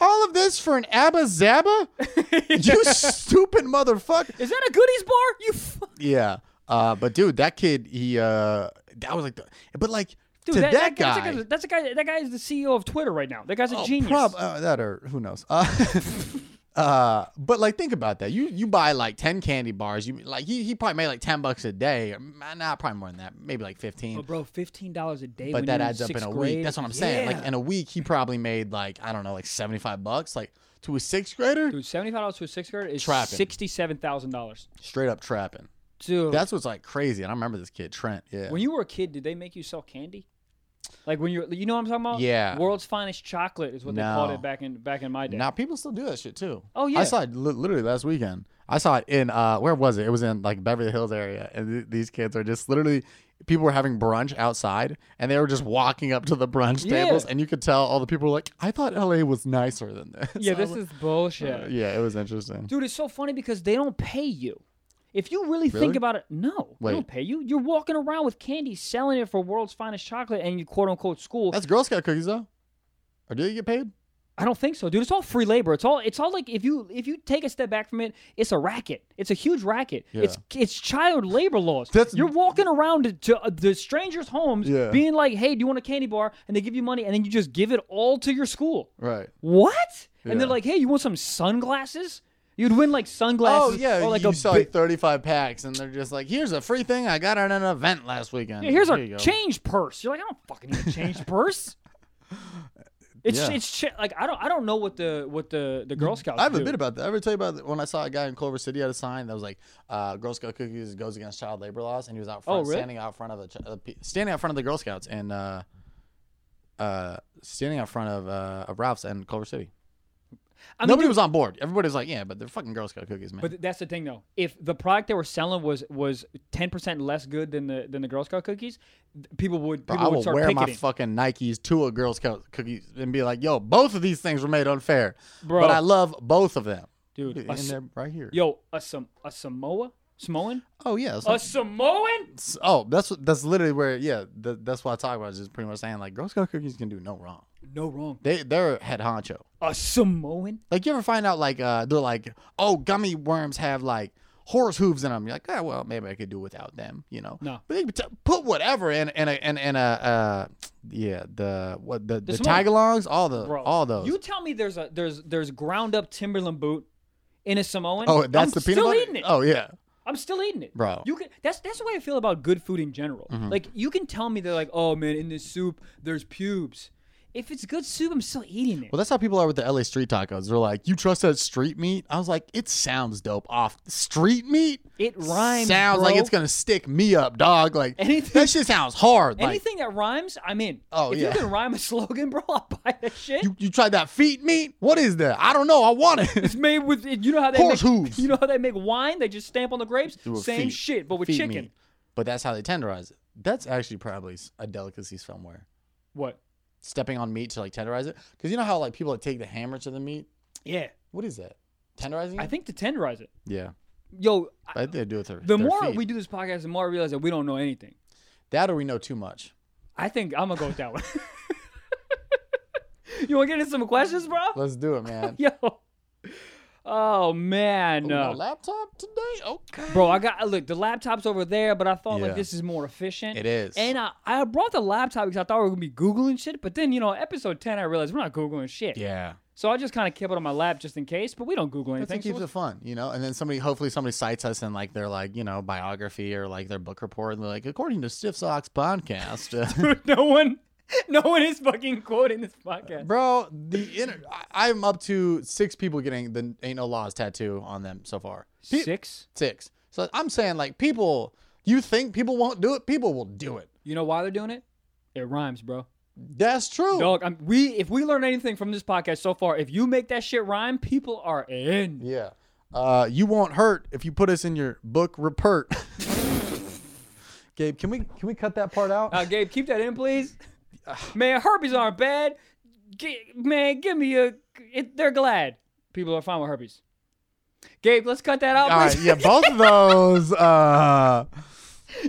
Speaker 1: All of this for an Abba Zaba? You stupid motherfucker.
Speaker 2: Is that a goodies bar? You fuck.
Speaker 1: Yeah. Uh, but dude, that kid, he uh, that was like, the, but like
Speaker 2: Dude,
Speaker 1: to
Speaker 2: that,
Speaker 1: that,
Speaker 2: that,
Speaker 1: guy,
Speaker 2: That's a, guy, that's a guy. That guy is the CEO of Twitter right now. That guy's a
Speaker 1: oh,
Speaker 2: genius.
Speaker 1: prob- uh, that or who knows. Uh, uh, but like think about that. You you buy like ten candy bars. You like he, he probably made like ten bucks a day. Or, nah, probably more than that. Maybe like fifteen.
Speaker 2: but Oh, bro, fifteen dollars a day.
Speaker 1: but
Speaker 2: when
Speaker 1: that
Speaker 2: you're
Speaker 1: adds up in
Speaker 2: sixth
Speaker 1: a week.
Speaker 2: grade?
Speaker 1: That's what I'm saying.
Speaker 2: Yeah.
Speaker 1: Like in a week, he probably made like I don't know, like seventy five bucks. Like to a sixth grader,
Speaker 2: dude, seventy five dollars to a sixth grader is
Speaker 1: Trapping.
Speaker 2: sixty-seven thousand dollars.
Speaker 1: straight up trapping.
Speaker 2: Dude,
Speaker 1: That's what's like crazy. And I remember this kid Trent. Yeah.
Speaker 2: when you were a kid, did they make you sell candy? Like when you're, you know what I'm talking about?
Speaker 1: Yeah.
Speaker 2: World's finest chocolate is what they called
Speaker 1: No.
Speaker 2: it back in back in my day.
Speaker 1: Now people still do that shit too.
Speaker 2: Oh, yeah.
Speaker 1: I saw it li- literally last weekend. I saw it in uh, where was it? It was in like Beverly Hills area, and th- these kids are just literally people were having brunch outside, and they were just walking up to the brunch
Speaker 2: Yeah.
Speaker 1: tables, and you could tell all the people were like, "I thought LA was nicer than this."
Speaker 2: yeah,
Speaker 1: I was
Speaker 2: this is bullshit.
Speaker 1: like, uh, yeah, it was interesting.
Speaker 2: Dude, it's so funny because they don't pay you. If you really, think
Speaker 1: Really?
Speaker 2: about it, no,
Speaker 1: Wait.
Speaker 2: they don't pay you. You're walking around with candy, selling it for world's finest chocolate, and you quote unquote school.
Speaker 1: That's Girl Scout cookies though. Or do you get paid?
Speaker 2: I don't think so, dude. It's all free labor. It's all it's all like if you if you take a step back from it, it's a racket. It's a huge racket. It's it's child labor laws.
Speaker 1: That's-
Speaker 2: You're walking around to, to uh, the strangers' homes,
Speaker 1: Yeah.
Speaker 2: being like, "Hey, do you want a candy bar?" And they give you money, and then you just give it all to your school.
Speaker 1: Right.
Speaker 2: What? And they're
Speaker 1: Yeah.
Speaker 2: like, "Hey, you want some sunglasses?" You'd win like sunglasses.
Speaker 1: oh yeah,
Speaker 2: or like
Speaker 1: you
Speaker 2: a
Speaker 1: saw
Speaker 2: bi-
Speaker 1: like 35 packs, and they're just like, "Here's a free thing I got at an event last weekend."
Speaker 2: Yeah, here's
Speaker 1: Here
Speaker 2: our
Speaker 1: you go.
Speaker 2: change purse. You're like, I don't fucking need a change purse. It's
Speaker 1: Yeah.
Speaker 2: it's chi- like I don't I don't know what the what the the Girl Scouts.
Speaker 1: I have a
Speaker 2: do.
Speaker 1: bit about that. I ever tell you about when I saw a guy in Clover City at a sign that was like, uh, "Girl Scout cookies goes against child labor laws," and he was out front,
Speaker 2: Oh, really?
Speaker 1: standing out front of the ch- uh, pe- standing out front of the Girl Scouts and uh, uh, standing out front of uh, of Ralph's and Clover City.
Speaker 2: I mean,
Speaker 1: Nobody
Speaker 2: dude,
Speaker 1: was on board. Everybody was like, "Yeah, but they're fucking Girl Scout cookies, man."
Speaker 2: but that's the thing though. If the product they were selling was was ten percent less good than the than the Girl Scout cookies, th- people would
Speaker 1: Bro,
Speaker 2: people
Speaker 1: I
Speaker 2: would
Speaker 1: will
Speaker 2: start
Speaker 1: wear my
Speaker 2: picketing.
Speaker 1: fucking Nikes to a Girl Scout cookies and be like, "Yo, both of these things were made unfair,
Speaker 2: Bro.
Speaker 1: but I love both of them."
Speaker 2: Dude,
Speaker 1: and
Speaker 2: a s-
Speaker 1: they're right here.
Speaker 2: yo, a Sam a Samoa Samoan
Speaker 1: Oh yeah, that's
Speaker 2: a Samoan.
Speaker 1: S- Oh, that's what- that's literally where yeah, th- that's what I talk about. Is just pretty much saying like Girl Scout cookies can do no wrong.
Speaker 2: No wrong.
Speaker 1: They they're head honcho.
Speaker 2: A Samoan.
Speaker 1: Like you ever find out like uh they're like oh gummy worms have like horse hooves in them. You're like ah well maybe I could do without them you know.
Speaker 2: No.
Speaker 1: But they could t- put whatever in in a in, in a uh yeah the what the the,
Speaker 2: This one-
Speaker 1: tagalongs all the
Speaker 2: Bro,
Speaker 1: all those.
Speaker 2: You tell me there's a there's there's ground up Timberland boot in a Samoan.
Speaker 1: oh that's
Speaker 2: I'm
Speaker 1: the peanut
Speaker 2: still
Speaker 1: butter.
Speaker 2: eating it.
Speaker 1: Oh yeah.
Speaker 2: I'm still eating it,
Speaker 1: Bro. Mm-hmm.
Speaker 2: You can. That's that's the way I feel about good food in general. Like you can tell me they're like, oh man, in this soup there's pubes. If it's good soup, I'm still eating it.
Speaker 1: Well, that's how people are with the LA street tacos. They're like, you trust that street meat? I was like, it sounds dope. Off street meat?
Speaker 2: It rhymes,
Speaker 1: Sounds like
Speaker 2: bro.
Speaker 1: it's gonna stick me up, dog. Like
Speaker 2: Anything-
Speaker 1: that shit sounds hard. Like
Speaker 2: Anything that rhymes, I'm in.
Speaker 1: Oh,
Speaker 2: if
Speaker 1: yeah.
Speaker 2: you can rhyme a slogan, bro, I'll buy that shit.
Speaker 1: you, you tried that feet meat? What is that? I don't know. I want it.
Speaker 2: it's made with you know how they
Speaker 1: Horse
Speaker 2: make,
Speaker 1: hooves.
Speaker 2: You know how they make wine? They just stamp on the grapes.
Speaker 1: Do a
Speaker 2: Same
Speaker 1: feet-
Speaker 2: shit, but with
Speaker 1: feet
Speaker 2: chicken.
Speaker 1: meat. But that's how they tenderize it. That's actually probably s- a delicacy somewhere.
Speaker 2: What?
Speaker 1: Stepping on meat to like tenderize it, because you know how like people like, take the hammer to the meat.
Speaker 2: Yeah,
Speaker 1: What is that? Tenderizing?
Speaker 2: I
Speaker 1: it?
Speaker 2: think to tenderize it.
Speaker 1: yeah.
Speaker 2: Yo,
Speaker 1: I
Speaker 2: I-
Speaker 1: think they do it with their,
Speaker 2: the
Speaker 1: their
Speaker 2: more
Speaker 1: feet.
Speaker 2: we do this podcast, the more I realize that we don't know anything.
Speaker 1: that or we know too much.
Speaker 2: I think I'm gonna go with that one. you want to get into some questions, bro?
Speaker 1: Let's do it, man.
Speaker 2: Yo. Oh man,
Speaker 1: Ooh, my
Speaker 2: no.
Speaker 1: laptop today. Okay.
Speaker 2: bro. I got look. The laptop's over there, but I thought
Speaker 1: Yeah.
Speaker 2: like this is more efficient.
Speaker 1: It is.
Speaker 2: And I, I brought the laptop because I thought we were gonna be googling shit. But then you know, episode ten, I realized we're not googling shit.
Speaker 1: yeah.
Speaker 2: So I just kind of kept it on my lap just in case. But we don't Google
Speaker 1: I
Speaker 2: anything.
Speaker 1: think keeps
Speaker 2: so
Speaker 1: it fun, you know. And then somebody, hopefully, somebody cites us in like their like you know biography or like their book report, and they're like, according to Stiff Socks podcast, uh,
Speaker 2: it's- no one, no one is fucking quoting this podcast.
Speaker 1: bro. The inter- I- I'm up to six people getting the ain't no laws tattoo on them so far. Pe-
Speaker 2: Six.
Speaker 1: Six. So I'm saying like people, you think people won't do it? People will do it.
Speaker 2: You know why they're doing it? It rhymes, bro.
Speaker 1: That's true.
Speaker 2: Dog, I'm, we if we learn anything from this podcast so far, if you make that shit rhyme, people are in.
Speaker 1: Yeah. Uh, you won't hurt if you put us in your book report. Gabe, can we can we cut that part out?
Speaker 2: Uh, Gabe, keep that in, please. Man, herpes aren't bad. G- man, give me a. It, they're glad people are fine with herpes. Gabe, let's cut that out.
Speaker 1: All right,
Speaker 2: please.
Speaker 1: yeah, both of those. Uh,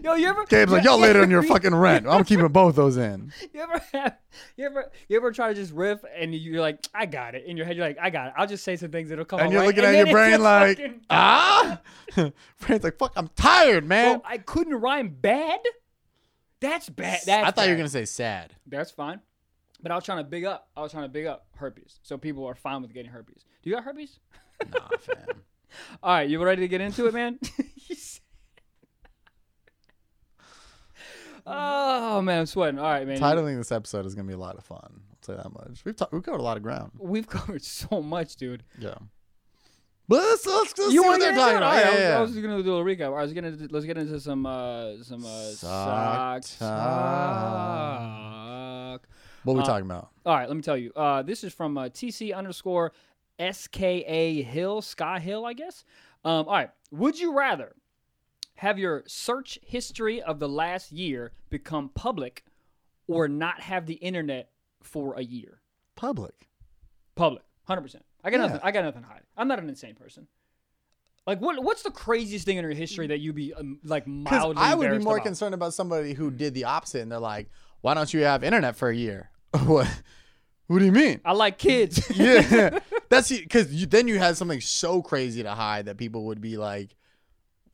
Speaker 2: Yo, you ever?
Speaker 1: Gabe's like,
Speaker 2: yo,
Speaker 1: y'all later on your fucking rent. I'm keeping both those in.
Speaker 2: You ever have? You ever? You ever try to just riff and you're like, I got it. In your head, you're like, I got it. I'll just say some things that'll come.
Speaker 1: And
Speaker 2: out
Speaker 1: you're
Speaker 2: right.
Speaker 1: looking at
Speaker 2: Oh,
Speaker 1: your
Speaker 2: then it
Speaker 1: brain
Speaker 2: just
Speaker 1: like,
Speaker 2: fucking-
Speaker 1: ah? Brain's like, fuck, I'm tired, man.
Speaker 2: Bro, I couldn't rhyme bad. That's bad. That's
Speaker 1: I thought you were
Speaker 2: bad.
Speaker 1: going to say sad.
Speaker 2: That's fine. But I was trying to big up. I was trying to big up herpes. So people are fine with getting herpes. Do you got herpes?
Speaker 1: Nah, fam.
Speaker 2: All right, you ready to get into it, man? He's- oh man, I'm sweating. All right, man.
Speaker 1: Titling this episode is going to be a lot of fun. I'll say that much. We've, talked. we've covered a lot of ground.
Speaker 2: We've covered so much, dude.
Speaker 1: Yeah. But let's, let's, let's see
Speaker 2: wanna
Speaker 1: what they're
Speaker 2: get into
Speaker 1: talking
Speaker 2: it?
Speaker 1: about.
Speaker 2: All right,
Speaker 1: Oh, Yeah,
Speaker 2: I was,
Speaker 1: yeah,
Speaker 2: I
Speaker 1: yeah.
Speaker 2: was just gonna do a recap. All right, let's get into let's get into some uh some uh
Speaker 1: Sock
Speaker 2: sock
Speaker 1: talk. What are we
Speaker 2: uh,
Speaker 1: talking about?
Speaker 2: All right, let me tell you. Uh, this is from uh, TC underscore SKA Hill, Sky Hill, I guess. Um, all right. Would you rather have your search history of the last year become public or not have the internet for a year?
Speaker 1: Public.
Speaker 2: Public, 100%. I got
Speaker 1: Yeah.
Speaker 2: nothing. I got nothing to hide. I'm not an insane person. Like what? What's the craziest thing in your history that you'd be um, like
Speaker 1: Because
Speaker 2: mildly?
Speaker 1: I would be
Speaker 2: embarrassed
Speaker 1: more
Speaker 2: about?
Speaker 1: concerned about somebody who did the opposite, and they're like, "Why don't you have internet for a year?" what? What do you mean?
Speaker 2: I like kids.
Speaker 1: yeah, that's because you, then you had something so crazy to hide that people would be like,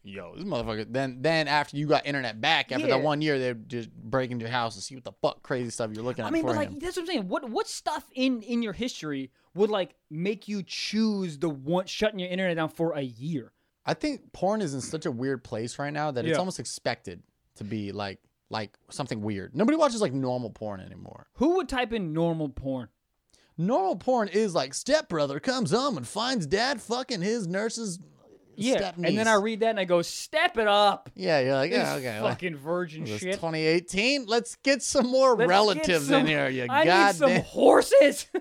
Speaker 1: "Yo, this motherfucker." Then, then after you got internet back after that
Speaker 2: Yeah.
Speaker 1: one year, they'd just break into your house and see what the fuck crazy stuff you're looking at.
Speaker 2: I mean, but
Speaker 1: beforehand.
Speaker 2: like that's what I'm saying. What what stuff in in your history would like make you choose the one shutting your internet down for a year?
Speaker 1: I think porn is in such a weird place right now that it's
Speaker 2: Yeah.
Speaker 1: almost expected to be like like something weird. Nobody watches like normal porn anymore.
Speaker 2: Who would type in normal porn?
Speaker 1: Normal porn is like stepbrother comes home and finds dad fucking his nurse's
Speaker 2: Yeah,
Speaker 1: stepniece.
Speaker 2: and then I read that and I go, step it up.
Speaker 1: Yeah, you're like, yeah,
Speaker 2: This
Speaker 1: okay. well,
Speaker 2: fucking virgin
Speaker 1: it was
Speaker 2: shit.
Speaker 1: 2018. Let's get some more
Speaker 2: Let's get
Speaker 1: relatives
Speaker 2: some-
Speaker 1: in here. You
Speaker 2: I need some
Speaker 1: goddamn.
Speaker 2: horses.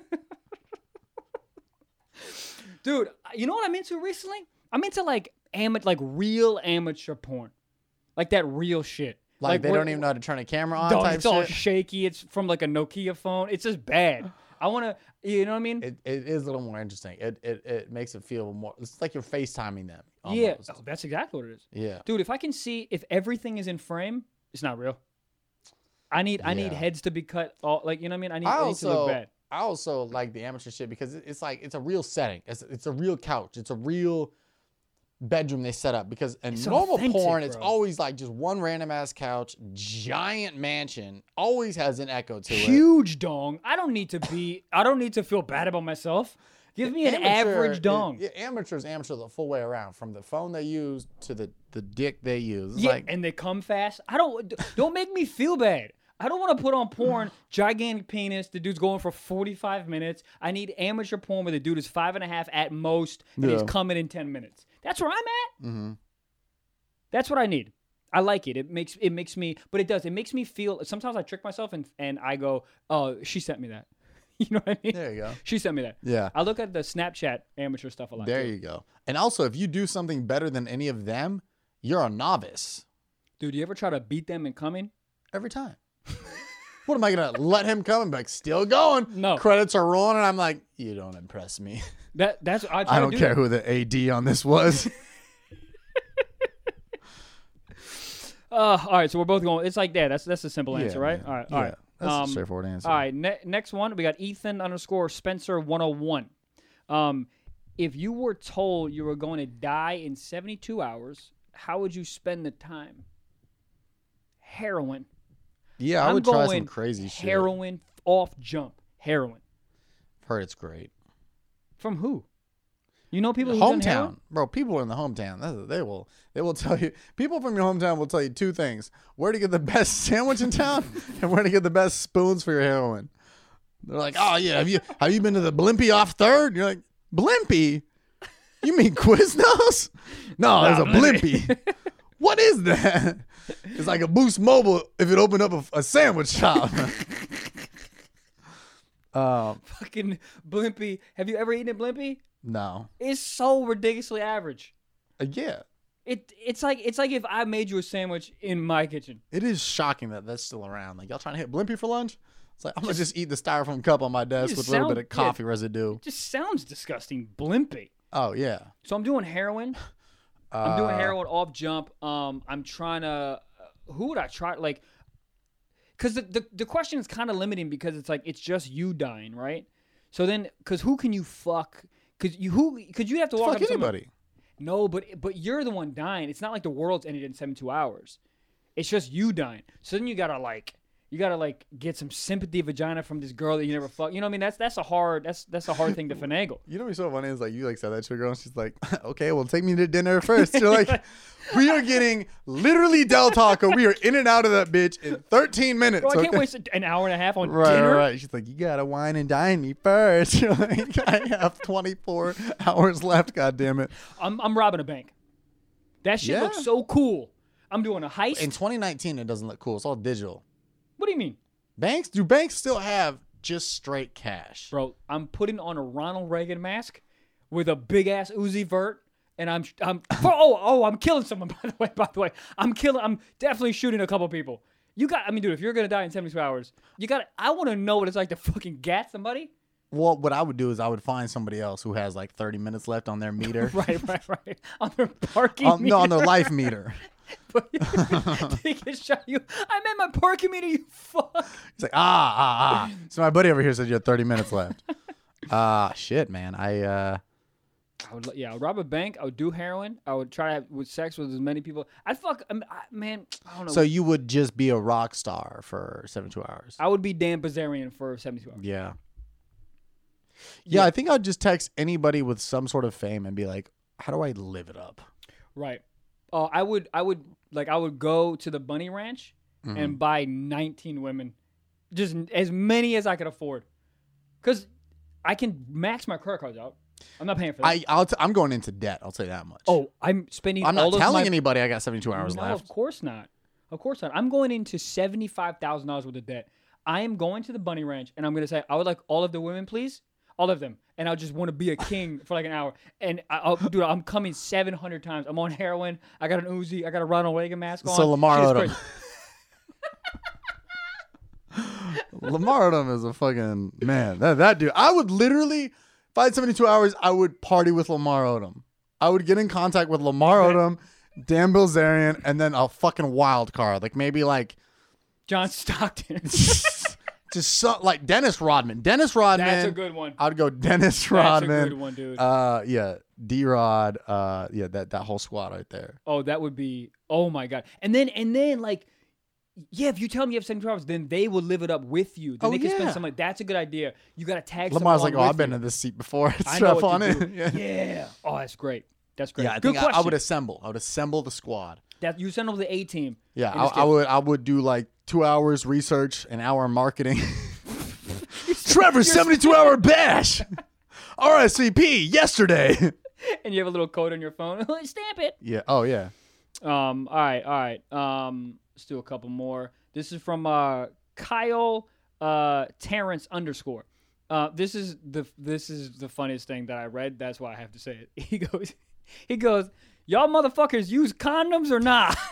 Speaker 2: Dude, you know what I'm into recently? I'm into like ama- like real amateur porn, like that real shit.
Speaker 1: Like, they
Speaker 2: where-
Speaker 1: don't even know how to turn a camera on
Speaker 2: Dog,
Speaker 1: type
Speaker 2: it's all
Speaker 1: shit.
Speaker 2: shaky. It's from like a Nokia phone. It's just bad. I want to, you know what I mean?
Speaker 1: It, it is a little more interesting. It, it it makes it feel more. It's like you're FaceTiming them.
Speaker 2: yeah,
Speaker 1: Almost.
Speaker 2: oh, that's exactly what it is,
Speaker 1: Yeah.
Speaker 2: dude. If I can see if everything is in frame, it's not real. I need I need
Speaker 1: Yeah.
Speaker 2: heads to be cut. All like you know what I mean? I need,
Speaker 1: I
Speaker 2: I need to look
Speaker 1: also
Speaker 2: bad.
Speaker 1: I also like the amateur shit because it- it's like it's a real setting. It's it's a real couch. It's a real bedroom they set up because in
Speaker 2: It's
Speaker 1: normal
Speaker 2: authentic,
Speaker 1: porn it's
Speaker 2: bro.
Speaker 1: always like just one random ass couch, giant mansion, always has an echo to it.
Speaker 2: Huge dong. I don't need to be. I don't need to feel bad about myself. Give me an
Speaker 1: Amateur is-
Speaker 2: average dong.
Speaker 1: Yeah, amateur is amateur the full way around from the phone they use to the the dick they use. It's
Speaker 2: Yeah,
Speaker 1: like
Speaker 2: and they come fast. I don't. d- Don't make me feel bad. I don't want to put on porn, gigantic penis. The dude's going for forty-five minutes. I need amateur porn where the dude is five and a half at most, and he's
Speaker 1: Yeah. Mm-hmm.
Speaker 2: coming in ten minutes. That's where I'm at. That's what I need. I like it. It makes it makes me, but it does. It makes me feel. Sometimes I trick myself and and I go, "Oh, she sent me that." You know what I mean?
Speaker 1: There you go.
Speaker 2: She sent me that.
Speaker 1: Yeah.
Speaker 2: I look at the Snapchat amateur stuff a lot.
Speaker 1: There
Speaker 2: too.
Speaker 1: you go. And also if you do something better than any of them, you're a novice
Speaker 2: Dude, you ever try to beat them in coming?
Speaker 1: every time. what am I gonna let him come and be like, still going?
Speaker 2: No.
Speaker 1: Credits are rolling, and I'm like, you don't impress me.
Speaker 2: That that's I, try
Speaker 1: I
Speaker 2: to
Speaker 1: don't
Speaker 2: do
Speaker 1: care
Speaker 2: that.
Speaker 1: who the AD on this was.
Speaker 2: Uh, all right, so we're both going. It's like that. That's that's the simple
Speaker 1: Yeah,
Speaker 2: answer, right?
Speaker 1: man.
Speaker 2: All right,
Speaker 1: Yeah,
Speaker 2: all right.
Speaker 1: That's a
Speaker 2: Um,
Speaker 1: straightforward answer.
Speaker 2: All right, ne- next one we got Ethan underscore Spencer one hundred one. Um, if you were told you were going to die in seventy two hours, how would you spend the time? Heroin.
Speaker 1: Yeah, I
Speaker 2: I'm
Speaker 1: would
Speaker 2: going
Speaker 1: try some crazy shit.
Speaker 2: Heroin f- off jump. Heroin
Speaker 1: Heard it's great.
Speaker 2: from who? You know people who
Speaker 1: Hometown, bro. People in the hometown, that's- they will they will tell you. People from your hometown will tell you two things: where to get the best sandwich in town, and where to get the best spoons for your heroin. They're like, oh yeah, have you have you been to the Blimpie off Third? You're like, Blimpie? You mean Quiznos? No, there's a
Speaker 2: Blimpie."
Speaker 1: Blimpie. what is that? It's like a Boost Mobile if it opened up a, a sandwich shop. um,
Speaker 2: Fucking Blimpie. Have you ever eaten a Blimpie?
Speaker 1: no,
Speaker 2: It's so ridiculously average.
Speaker 1: Uh, yeah.
Speaker 2: It it's like it's like if I made you a sandwich in my kitchen.
Speaker 1: It is shocking that that's still around. Like y'all trying to hit Blimpie for lunch? It's like I'm gonna just eat the styrofoam cup on my desk
Speaker 2: just
Speaker 1: with a little
Speaker 2: sound-
Speaker 1: bit of coffee residue.
Speaker 2: just sounds disgusting, blimpy.
Speaker 1: Oh yeah,
Speaker 2: So I'm doing heroin. I'm doing
Speaker 1: Uh,
Speaker 2: heroin off jump. Um, I'm trying to. Who would I try? Like, because the, the the question is kind of limiting because it's like it's just you dying, right? So then, because who can you fuck? Because you who? Because you have to walk up
Speaker 1: Fuck
Speaker 2: to someone-
Speaker 1: anybody.
Speaker 2: No, but but you're the one dying. It's not like the world's ended in 72 hours. It's just you dying. So then you gotta like you gotta like get some sympathy vagina from this girl that you never fucked. You know what I mean? That's that's a hard that's that's a hard thing to finagle.
Speaker 1: You know what's so funny is like you like said that to a girl and she's like, okay, well take me to dinner first. You're like, we are getting literally Del Taco. We are in and out of that bitch in 13 minutes.
Speaker 2: Bro, I can't
Speaker 1: okay?
Speaker 2: waste an hour and a half on
Speaker 1: Right,
Speaker 2: dinner.
Speaker 1: right, right. She's like, you gotta wine and dine me first. You're like, I have 24 hours left. God damn it.
Speaker 2: I'm I'm robbing a bank. That shit
Speaker 1: Yeah.
Speaker 2: looks so cool. I'm doing a heist.
Speaker 1: In 2019, it doesn't look cool. It's all digital.
Speaker 2: what do you mean?
Speaker 1: Banks do banks still have just straight cash?
Speaker 2: bro. I'm putting on a Ronald Reagan mask with a big ass Uzi Vert, and I'm I'm oh oh I'm killing someone by the way. By the way, I'm killing. I'm definitely shooting a couple people. You got. I mean, dude, if you're gonna die in 72 hours, you got. to I want to know what it's like to fucking gat somebody.
Speaker 1: Well, what I would do is I would find somebody else who has like 30 minutes left on their meter.
Speaker 2: Right, right, right. On their parking.
Speaker 1: Um, no, on their
Speaker 2: meter.
Speaker 1: life meter.
Speaker 2: But they get shot. You. I'm at my parking meter. You fuck.
Speaker 1: It's like ah ah ah. So my buddy over here said you had 30 minutes left. Ah shit, man. I uh
Speaker 2: I would, lo- yeah, I would rob a bank. I would do heroin. I would try to have with sex with as many people. I'd fuck, I, mean, I, man. I don't know.
Speaker 1: so you would just be a rock star for 72 hours.
Speaker 2: I would be Dan Bazarian for 72 hours.
Speaker 1: Yeah. Yeah, I think I'd just text anybody with some sort of fame and be like, "How do I live it up?"
Speaker 2: Right. Uh, I would, I would, like, I would go to the bunny ranch
Speaker 1: Mm-hmm. Mm.
Speaker 2: and buy 19 women, just n- as many as I could afford. Cause I can max my credit cards out. I'm not paying for that.
Speaker 1: I I'll t- I'm going into debt. I'll tell you that much.
Speaker 2: oh, I'm spending
Speaker 1: I'm
Speaker 2: all
Speaker 1: not
Speaker 2: of
Speaker 1: telling
Speaker 2: my,
Speaker 1: anybody I got 72 hours
Speaker 2: no,
Speaker 1: left.
Speaker 2: Of course not. Of course not. I'm going into seventy-five thousand dollars worth of debt. I am going to the bunny ranch and I'm gonna say, I would like all of the women, please. All of them. And I just want to be a king for like an hour. And I, I'll, dude, I'm coming 700 times. I'm on heroin. I got an Uzi. I got a Ronald Reagan mask on.
Speaker 1: So Lamar
Speaker 2: Shit is
Speaker 1: Odom.
Speaker 2: crazy.
Speaker 1: Lamar Odom is a fucking man. That that dude. I would literally, if I had 72 hours, I would party with Lamar Odom. I would get in contact with Lamar Odom, Dan Bilzerian, and then a fucking wild card. Like maybe like
Speaker 2: John Stockton.
Speaker 1: just so, like Dennis Rodman. Dennis Rodman.
Speaker 2: That's a good one.
Speaker 1: I'd go Dennis
Speaker 2: That's a
Speaker 1: Rodman.
Speaker 2: good one, dude.
Speaker 1: Uh, yeah, D Rod. Uh, yeah, that that whole squad right there.
Speaker 2: Oh, that would be. Oh my god. And then and then like, yeah. If you tell them you have seventy two hours, then they will live it up with you. Then
Speaker 1: Oh,
Speaker 2: they can
Speaker 1: yeah.
Speaker 2: spend some money. That's a good idea. You got to tag.
Speaker 1: Lamar's like,
Speaker 2: someone
Speaker 1: oh,
Speaker 2: on
Speaker 1: I've
Speaker 2: with
Speaker 1: been
Speaker 2: you.
Speaker 1: in this seat before.
Speaker 2: I
Speaker 1: Strap
Speaker 2: know what
Speaker 1: on
Speaker 2: to
Speaker 1: it.
Speaker 2: do.
Speaker 1: yeah.
Speaker 2: yeah. Oh, that's great. That's great.
Speaker 1: Yeah, I
Speaker 2: good
Speaker 1: think I,
Speaker 2: question.
Speaker 1: I would assemble. I would assemble the squad.
Speaker 2: That you send over the A team.
Speaker 1: Yeah,
Speaker 2: And just
Speaker 1: I, I
Speaker 2: get-
Speaker 1: would. I would do like two hours research, an hour marketing. Trevor's seventy-two hour bash. RSVP yesterday.
Speaker 2: And you have a little code on your phone. Stamp it.
Speaker 1: yeah. Oh yeah.
Speaker 2: Um. All right. All right. Um. Let's do a couple more. This is from uh Kyle uh Terrence underscore. Uh, this is the this is the funniest thing that I read. That's why I have to say it. He goes, he goes, y'all motherfuckers use condoms or not?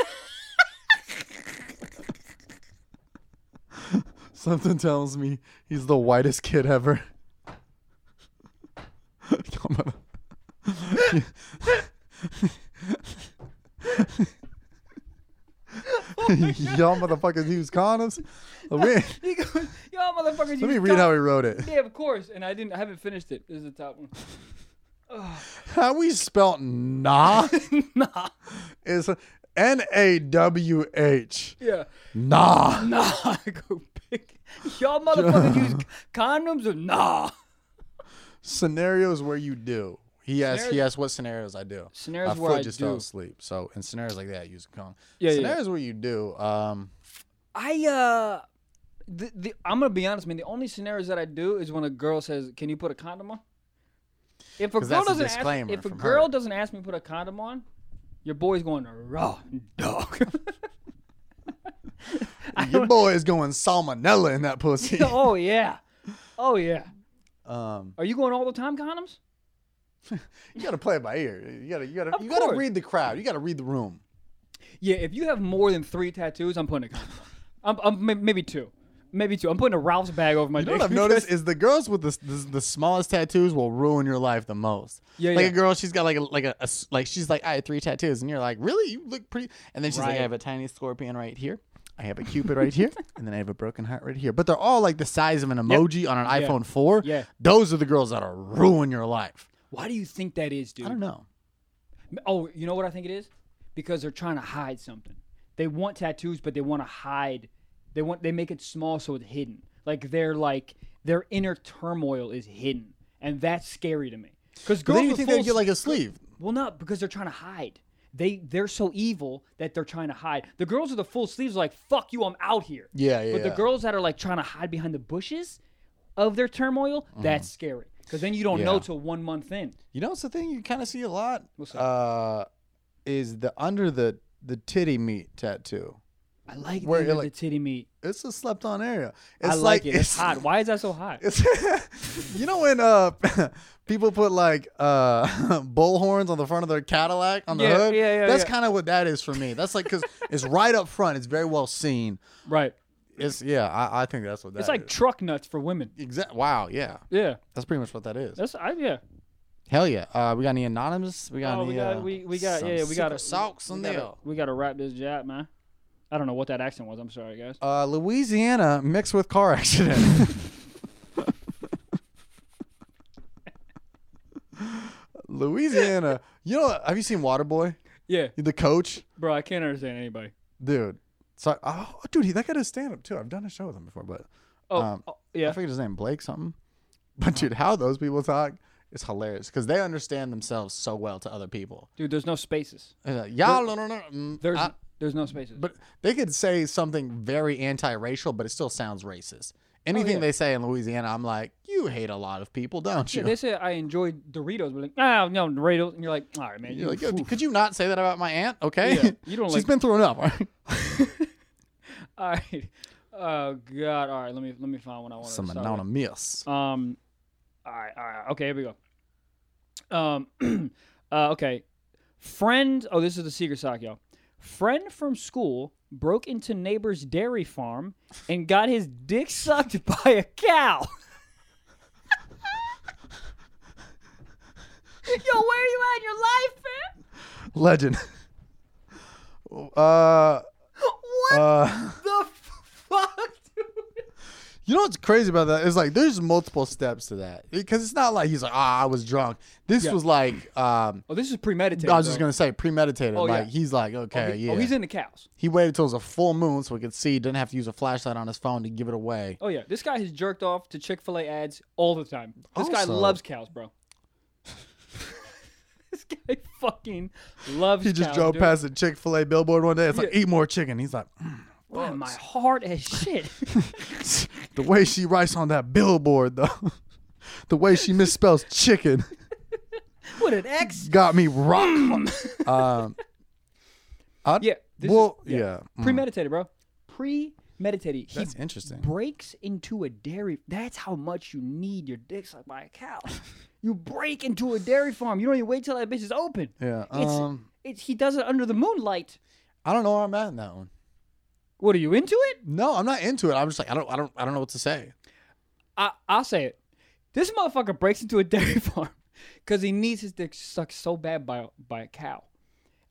Speaker 1: Something tells me he's the whitest kid ever. Come on. Y'all motherfuckers use condoms. Let me,
Speaker 2: he goes, y'all motherfuckers use.
Speaker 1: let me read how he wrote it.
Speaker 2: Yeah, of course. And I didn't. I haven't finished it. This is the top one.
Speaker 1: How we spelt nah
Speaker 2: nah.
Speaker 1: is N A W H.
Speaker 2: Yeah.
Speaker 1: Nah.
Speaker 2: Nah. I go big. Y'all motherfuckers use condoms or nah?
Speaker 1: Scenarios where you do. He asked. he
Speaker 2: Scenarios-
Speaker 1: asked what scenarios I do.
Speaker 2: Scenarios
Speaker 1: My
Speaker 2: where
Speaker 1: foot
Speaker 2: I
Speaker 1: just
Speaker 2: do.
Speaker 1: fell asleep. So in scenarios like that, use a condom.
Speaker 2: Yeah, yeah, yeah.
Speaker 1: scenarios where you do. Um,
Speaker 2: I uh, the, the I'm gonna be honest, man. The only scenarios that I do is when a girl says, "Can you put a condom on?" If a
Speaker 1: 'Cause
Speaker 2: girl
Speaker 1: that's a
Speaker 2: doesn't ask,
Speaker 1: disclaimer
Speaker 2: if a
Speaker 1: from
Speaker 2: girl
Speaker 1: her.
Speaker 2: doesn't ask me to put a condom on, your boy's going raw dog. I
Speaker 1: your
Speaker 2: don't-
Speaker 1: boy is going salmonella in that pussy.
Speaker 2: oh yeah, oh yeah.
Speaker 1: um,
Speaker 2: Are you going all the time condoms?
Speaker 1: you gotta play it by ear. You gotta, you gotta,
Speaker 2: Of
Speaker 1: you gotta
Speaker 2: course.
Speaker 1: read the crowd. You gotta read the room.
Speaker 2: Yeah. If you have more than three tattoos, I'm putting a condom on. I'm, I'm may- maybe two, maybe two. I'm putting a Ralph's bag over my.
Speaker 1: You know
Speaker 2: dick
Speaker 1: what I've
Speaker 2: because-
Speaker 1: noticed is the girls with the, the the smallest tattoos will ruin your life the most.
Speaker 2: Yeah,
Speaker 1: like
Speaker 2: yeah.
Speaker 1: a girl, she's got like a, like a, a s- like she's like I had three tattoos, and you're like, really? You look pretty. And then she's like,
Speaker 2: Right.
Speaker 1: I have a tiny scorpion right here. I have a cupid right here, and then I have a broken heart right here. But they're all like the size of an emoji on an
Speaker 2: Yeah.
Speaker 1: iPhone four.
Speaker 2: Yeah.
Speaker 1: those are the girls that'll ruin your life.
Speaker 2: Why do you think that is, dude?
Speaker 1: I don't know.
Speaker 2: Oh, you know what I think it is? Because they're trying to hide something. They want tattoos, but they want to hide. They want they make it small so it's hidden. Like they're like their inner turmoil is hidden, and that's scary to me. Because
Speaker 1: But
Speaker 2: girls
Speaker 1: then you
Speaker 2: with
Speaker 1: think
Speaker 2: full
Speaker 1: they get like a sleeve.
Speaker 2: well, not because they're trying to hide. They they're so evil that they're trying to hide. The girls with the full sleeves are like, "Fuck you, I'm out here."
Speaker 1: Yeah, yeah,
Speaker 2: But the
Speaker 1: yeah.
Speaker 2: girls that are like trying to hide behind the bushes of their turmoil, that's scary. Because then you don't know
Speaker 1: Mm-hmm. Yeah.
Speaker 2: till one month in.
Speaker 1: You know, it's the thing you kind of see a lot.
Speaker 2: What's that?
Speaker 1: Uh, is the under the the titty meat tattoo?
Speaker 2: I like
Speaker 1: Where
Speaker 2: the,
Speaker 1: you're
Speaker 2: the
Speaker 1: like-
Speaker 2: titty meat.
Speaker 1: It's a slept on area. It's
Speaker 2: I like, it. It's,
Speaker 1: it's-
Speaker 2: hot. Why is that so hot?
Speaker 1: It's you know when uh people put like uh bull horns on the front of their Cadillac on the
Speaker 2: Yeah,
Speaker 1: hood.
Speaker 2: yeah, yeah,
Speaker 1: That's
Speaker 2: yeah.
Speaker 1: kind of what that is for me. That's like because it's right up front. It's very well seen.
Speaker 2: Right.
Speaker 1: It's yeah. I, I think that's what that
Speaker 2: It's like truck nuts for women.
Speaker 1: exact. Wow. Yeah.
Speaker 2: Yeah.
Speaker 1: That's pretty much what that is.
Speaker 2: That's I yeah.
Speaker 1: Hell yeah. Uh, we got any anonymous? We got
Speaker 2: Oh,
Speaker 1: any?
Speaker 2: we got
Speaker 1: uh,
Speaker 2: we, we got
Speaker 1: some
Speaker 2: yeah, yeah we got
Speaker 1: secret socks in
Speaker 2: we gotta-
Speaker 1: there.
Speaker 2: We got to wrap this jab, man. I don't know what that accent was. I'm sorry, guys.
Speaker 1: Uh, Louisiana mixed with car accident. Louisiana, you know, have you seen Waterboy?
Speaker 2: Yeah,
Speaker 1: The coach,
Speaker 2: bro, I can't understand anybody.
Speaker 1: dude. So, oh, dude, he, that guy does stand up too. I've done a show with him before, but
Speaker 2: Oh,
Speaker 1: Um,
Speaker 2: oh,
Speaker 1: I
Speaker 2: yeah.
Speaker 1: forget his name, Blake something. But dude, how those people talk is hilarious because they understand themselves so well to other people.
Speaker 2: Dude, there's no spaces.
Speaker 1: They're like, Y'all, no, no, no. mm,
Speaker 2: There's
Speaker 1: I-"
Speaker 2: there's no spaces.
Speaker 1: but they could say something very anti-racial, but it still sounds racist. Anything
Speaker 2: yeah.
Speaker 1: they say in Louisiana, I'm like, you hate a lot of people, don't
Speaker 2: yeah,
Speaker 1: you?
Speaker 2: they say I enjoy Doritos, but like, ah, no Doritos, and you're like, all right, man, you
Speaker 1: You're like, "Yo,
Speaker 2: oof."
Speaker 1: could you not say that about my aunt? Okay,
Speaker 2: Yeah, you don't
Speaker 1: She's
Speaker 2: like-
Speaker 1: been throwing up.
Speaker 2: all right. Oh God, all right. Let me let me find one I want
Speaker 1: Some
Speaker 2: to start with.
Speaker 1: anonymous.
Speaker 2: Um, all right, all right, okay, here we go. Um, uh, okay, friend. Oh, this is the secret sock, y'all. Friend from school broke into neighbor's dairy farm and got his dick sucked by a cow. Yo, where are you at in your life, man?
Speaker 1: Legend. uh,
Speaker 2: What
Speaker 1: uh,
Speaker 2: the fuck, dude?
Speaker 1: you know what's crazy about that? It's like there's multiple steps to that because it's not like he's like, ah, I was drunk. This
Speaker 2: Yeah.
Speaker 1: was like, um,
Speaker 2: Oh, this is premeditated.
Speaker 1: I was just
Speaker 2: bro.
Speaker 1: gonna say premeditated.
Speaker 2: Oh, yeah.
Speaker 1: like he's like, okay,
Speaker 2: Oh, he-
Speaker 1: yeah.
Speaker 2: Oh, he's in the cows.
Speaker 1: He waited till it was a full moon so he could see. Didn't have to use a flashlight on his phone to give it away.
Speaker 2: Oh yeah, this guy has jerked off to Chick Fil A ads all the time. This guy
Speaker 1: Also-
Speaker 2: loves cows, bro. this guy fucking loves.
Speaker 1: He just
Speaker 2: cows,
Speaker 1: drove
Speaker 2: dude.
Speaker 1: past a Chick Fil A billboard one day. It's like,
Speaker 2: Yeah.
Speaker 1: eat more chicken. He's like,
Speaker 2: Man, Oh, my heart as shit.
Speaker 1: the way she writes on that billboard, though, the way she misspells chicken,
Speaker 2: what an ex.
Speaker 1: got me rock. um, I-
Speaker 2: Yeah. This is-
Speaker 1: well,
Speaker 2: yeah.
Speaker 1: yeah. Mm.
Speaker 2: Premeditated, bro. Premeditated. He
Speaker 1: That's interesting.
Speaker 2: breaks into a dairy. That's how much you need your dick sucked by a cow. you break into a dairy farm. You don't even wait till that bitch is open.
Speaker 1: Yeah.
Speaker 2: It's,
Speaker 1: Um,
Speaker 2: it's he does it under the moonlight.
Speaker 1: I don't know where I'm at in that one.
Speaker 2: What are you into it?
Speaker 1: No, I'm not into it. I'm just like, I don't, I don't, I don't know what to say.
Speaker 2: I, I'll say it. This motherfucker breaks into a dairy farm because he needs his dick sucked so bad by a- by a cow,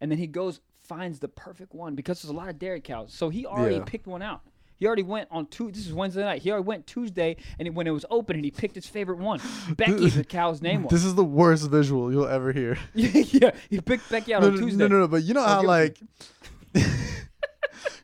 Speaker 2: and then he goes finds the perfect one because there's a lot of dairy cows. So he already
Speaker 1: Yeah.
Speaker 2: picked one out. He already went on two. This is Wednesday night. He already went Tuesday, and when it was open, and he picked his favorite one. Becky, the cow's name was.
Speaker 1: This is the worst visual you'll ever hear.
Speaker 2: yeah, he picked Becky out
Speaker 1: no,
Speaker 2: on
Speaker 1: no,
Speaker 2: Tuesday.
Speaker 1: No, no, no, but you know how
Speaker 2: give it
Speaker 1: like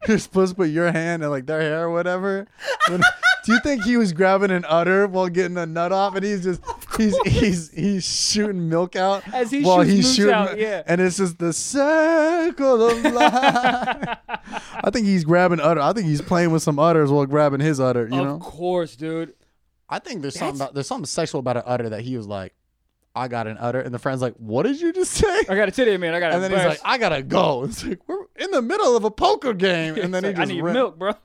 Speaker 1: you're supposed to put your hand in like their hair or whatever. When- do you think he was grabbing an udder while getting a nut off, and he's just he's he's he's shooting milk out
Speaker 2: As he
Speaker 1: while
Speaker 2: shoots
Speaker 1: he's
Speaker 2: moose
Speaker 1: shooting,
Speaker 2: out, yeah.
Speaker 1: and it's just the circle of life. I think he's grabbing udder. I think he's playing with some udders while grabbing his udder. You
Speaker 2: of
Speaker 1: know,
Speaker 2: course, dude.
Speaker 1: I think there's
Speaker 2: something That's-
Speaker 1: about, there's something sexual about an udder that he was like, I got an udder, and the friend's like, What did you just say?
Speaker 2: I got a titty, man. I got.
Speaker 1: And then he's like, I gotta go. It's like we're in the middle of a poker game, and then he
Speaker 2: I
Speaker 1: just
Speaker 2: need
Speaker 1: ran-
Speaker 2: milk, bro.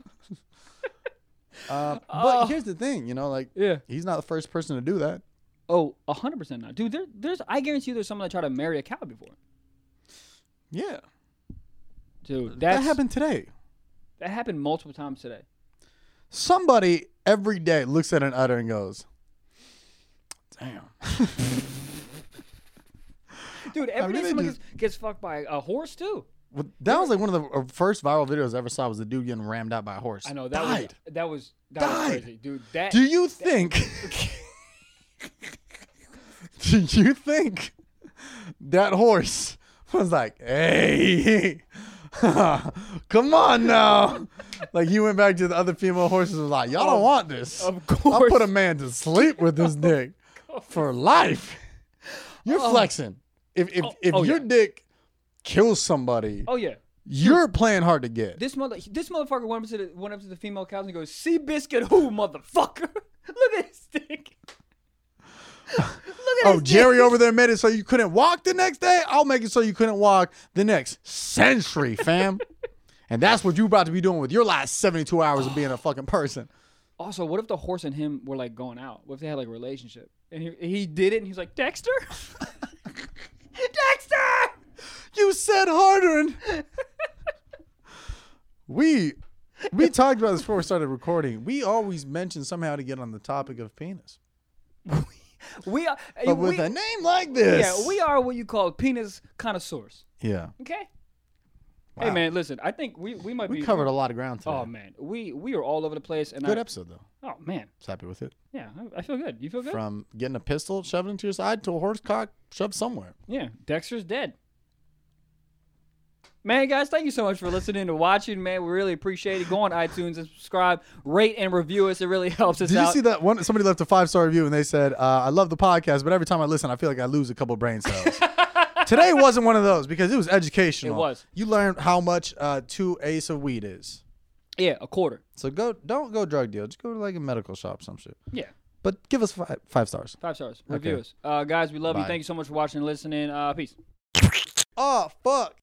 Speaker 1: Uh, but
Speaker 2: Oh.
Speaker 1: here's the thing, you know, like
Speaker 2: Yeah.
Speaker 1: he's not the first person to do that.
Speaker 2: Oh, a hundred percent not, dude. There, there's. I guarantee you, there's someone that tried to marry a cow before,
Speaker 1: Yeah,
Speaker 2: dude. That's,
Speaker 1: that happened today.
Speaker 2: That happened multiple times today.
Speaker 1: Somebody every day looks at an udder and goes, "Damn."
Speaker 2: Dude, every day
Speaker 1: really
Speaker 2: someone
Speaker 1: just-
Speaker 2: gets, gets fucked by a horse too.
Speaker 1: Well, that was like one of the uh, first viral videos I ever saw was the dude getting rammed out by a horse.
Speaker 2: I know that
Speaker 1: died.
Speaker 2: was that was that was
Speaker 1: Died.
Speaker 2: crazy, dude. That
Speaker 1: Do you think? do you think that horse was like, "Hey, come on now"? like he went back to the other female horses and was like, "Y'all don't want this.
Speaker 2: of
Speaker 1: I
Speaker 2: course.
Speaker 1: put a man to sleep with this dick for life. You're flexing. If if
Speaker 2: Oh,
Speaker 1: if
Speaker 2: oh,
Speaker 1: your
Speaker 2: yeah.
Speaker 1: dick kills somebody,
Speaker 2: oh yeah,
Speaker 1: you're playing hard to get."
Speaker 2: this mother this motherfucker went up to the went up to the female cows and goes, "See biscuit, who motherfucker? Look at his dick. Look at
Speaker 1: Oh,
Speaker 2: his
Speaker 1: Jerry
Speaker 2: dick.
Speaker 1: over there made it so you couldn't walk the next day. I'll make it so you couldn't walk the next century, fam. And that's what you about to be doing with your last 72 hours of being a fucking person.
Speaker 2: Also, what if the horse and him were like going out? What if they had like a relationship? And he, he did it, and he's like Dexter, Dexter.
Speaker 1: You said harder and we we talked about this before we started recording. We always mention somehow to get on the topic of penis.
Speaker 2: We are.
Speaker 1: But
Speaker 2: we,
Speaker 1: with a name like this.
Speaker 2: Yeah, we are what you call penis connoisseurs.
Speaker 1: Yeah.
Speaker 2: Okay. Hey
Speaker 1: Wow.
Speaker 2: man, listen. I think we we might
Speaker 1: We
Speaker 2: be
Speaker 1: covered a lot of ground today.
Speaker 2: Oh man, we we are all over the place. And
Speaker 1: Good
Speaker 2: I,
Speaker 1: episode though.
Speaker 2: oh man,
Speaker 1: Just happy with it.
Speaker 2: yeah, I, I feel good. You feel good?
Speaker 1: From getting a pistol shoved into your side to a horse cock shoved somewhere.
Speaker 2: Yeah, Dexter's dead. Man, guys, thank you so much for listening and watching. Man, we really appreciate it. Go on iTunes and subscribe, rate and review us. It really helps us
Speaker 1: Did
Speaker 2: out.
Speaker 1: you see that one? Somebody left a five star review and they said, uh, "I love the podcast, but every time I listen, I feel like I lose a couple brain cells." Today wasn't one of those because it was educational.
Speaker 2: It was.
Speaker 1: You learned how much uh, two ace of weed is.
Speaker 2: yeah, a quarter.
Speaker 1: So go, don't go drug deal. Just go to like a medical shop, some shit.
Speaker 2: Yeah.
Speaker 1: But give us five, five stars.
Speaker 2: Five stars. Review us. Uh, guys, we love you.
Speaker 1: Bye.
Speaker 2: Thank you so much for watching and listening. Uh, peace.
Speaker 1: Oh fuck.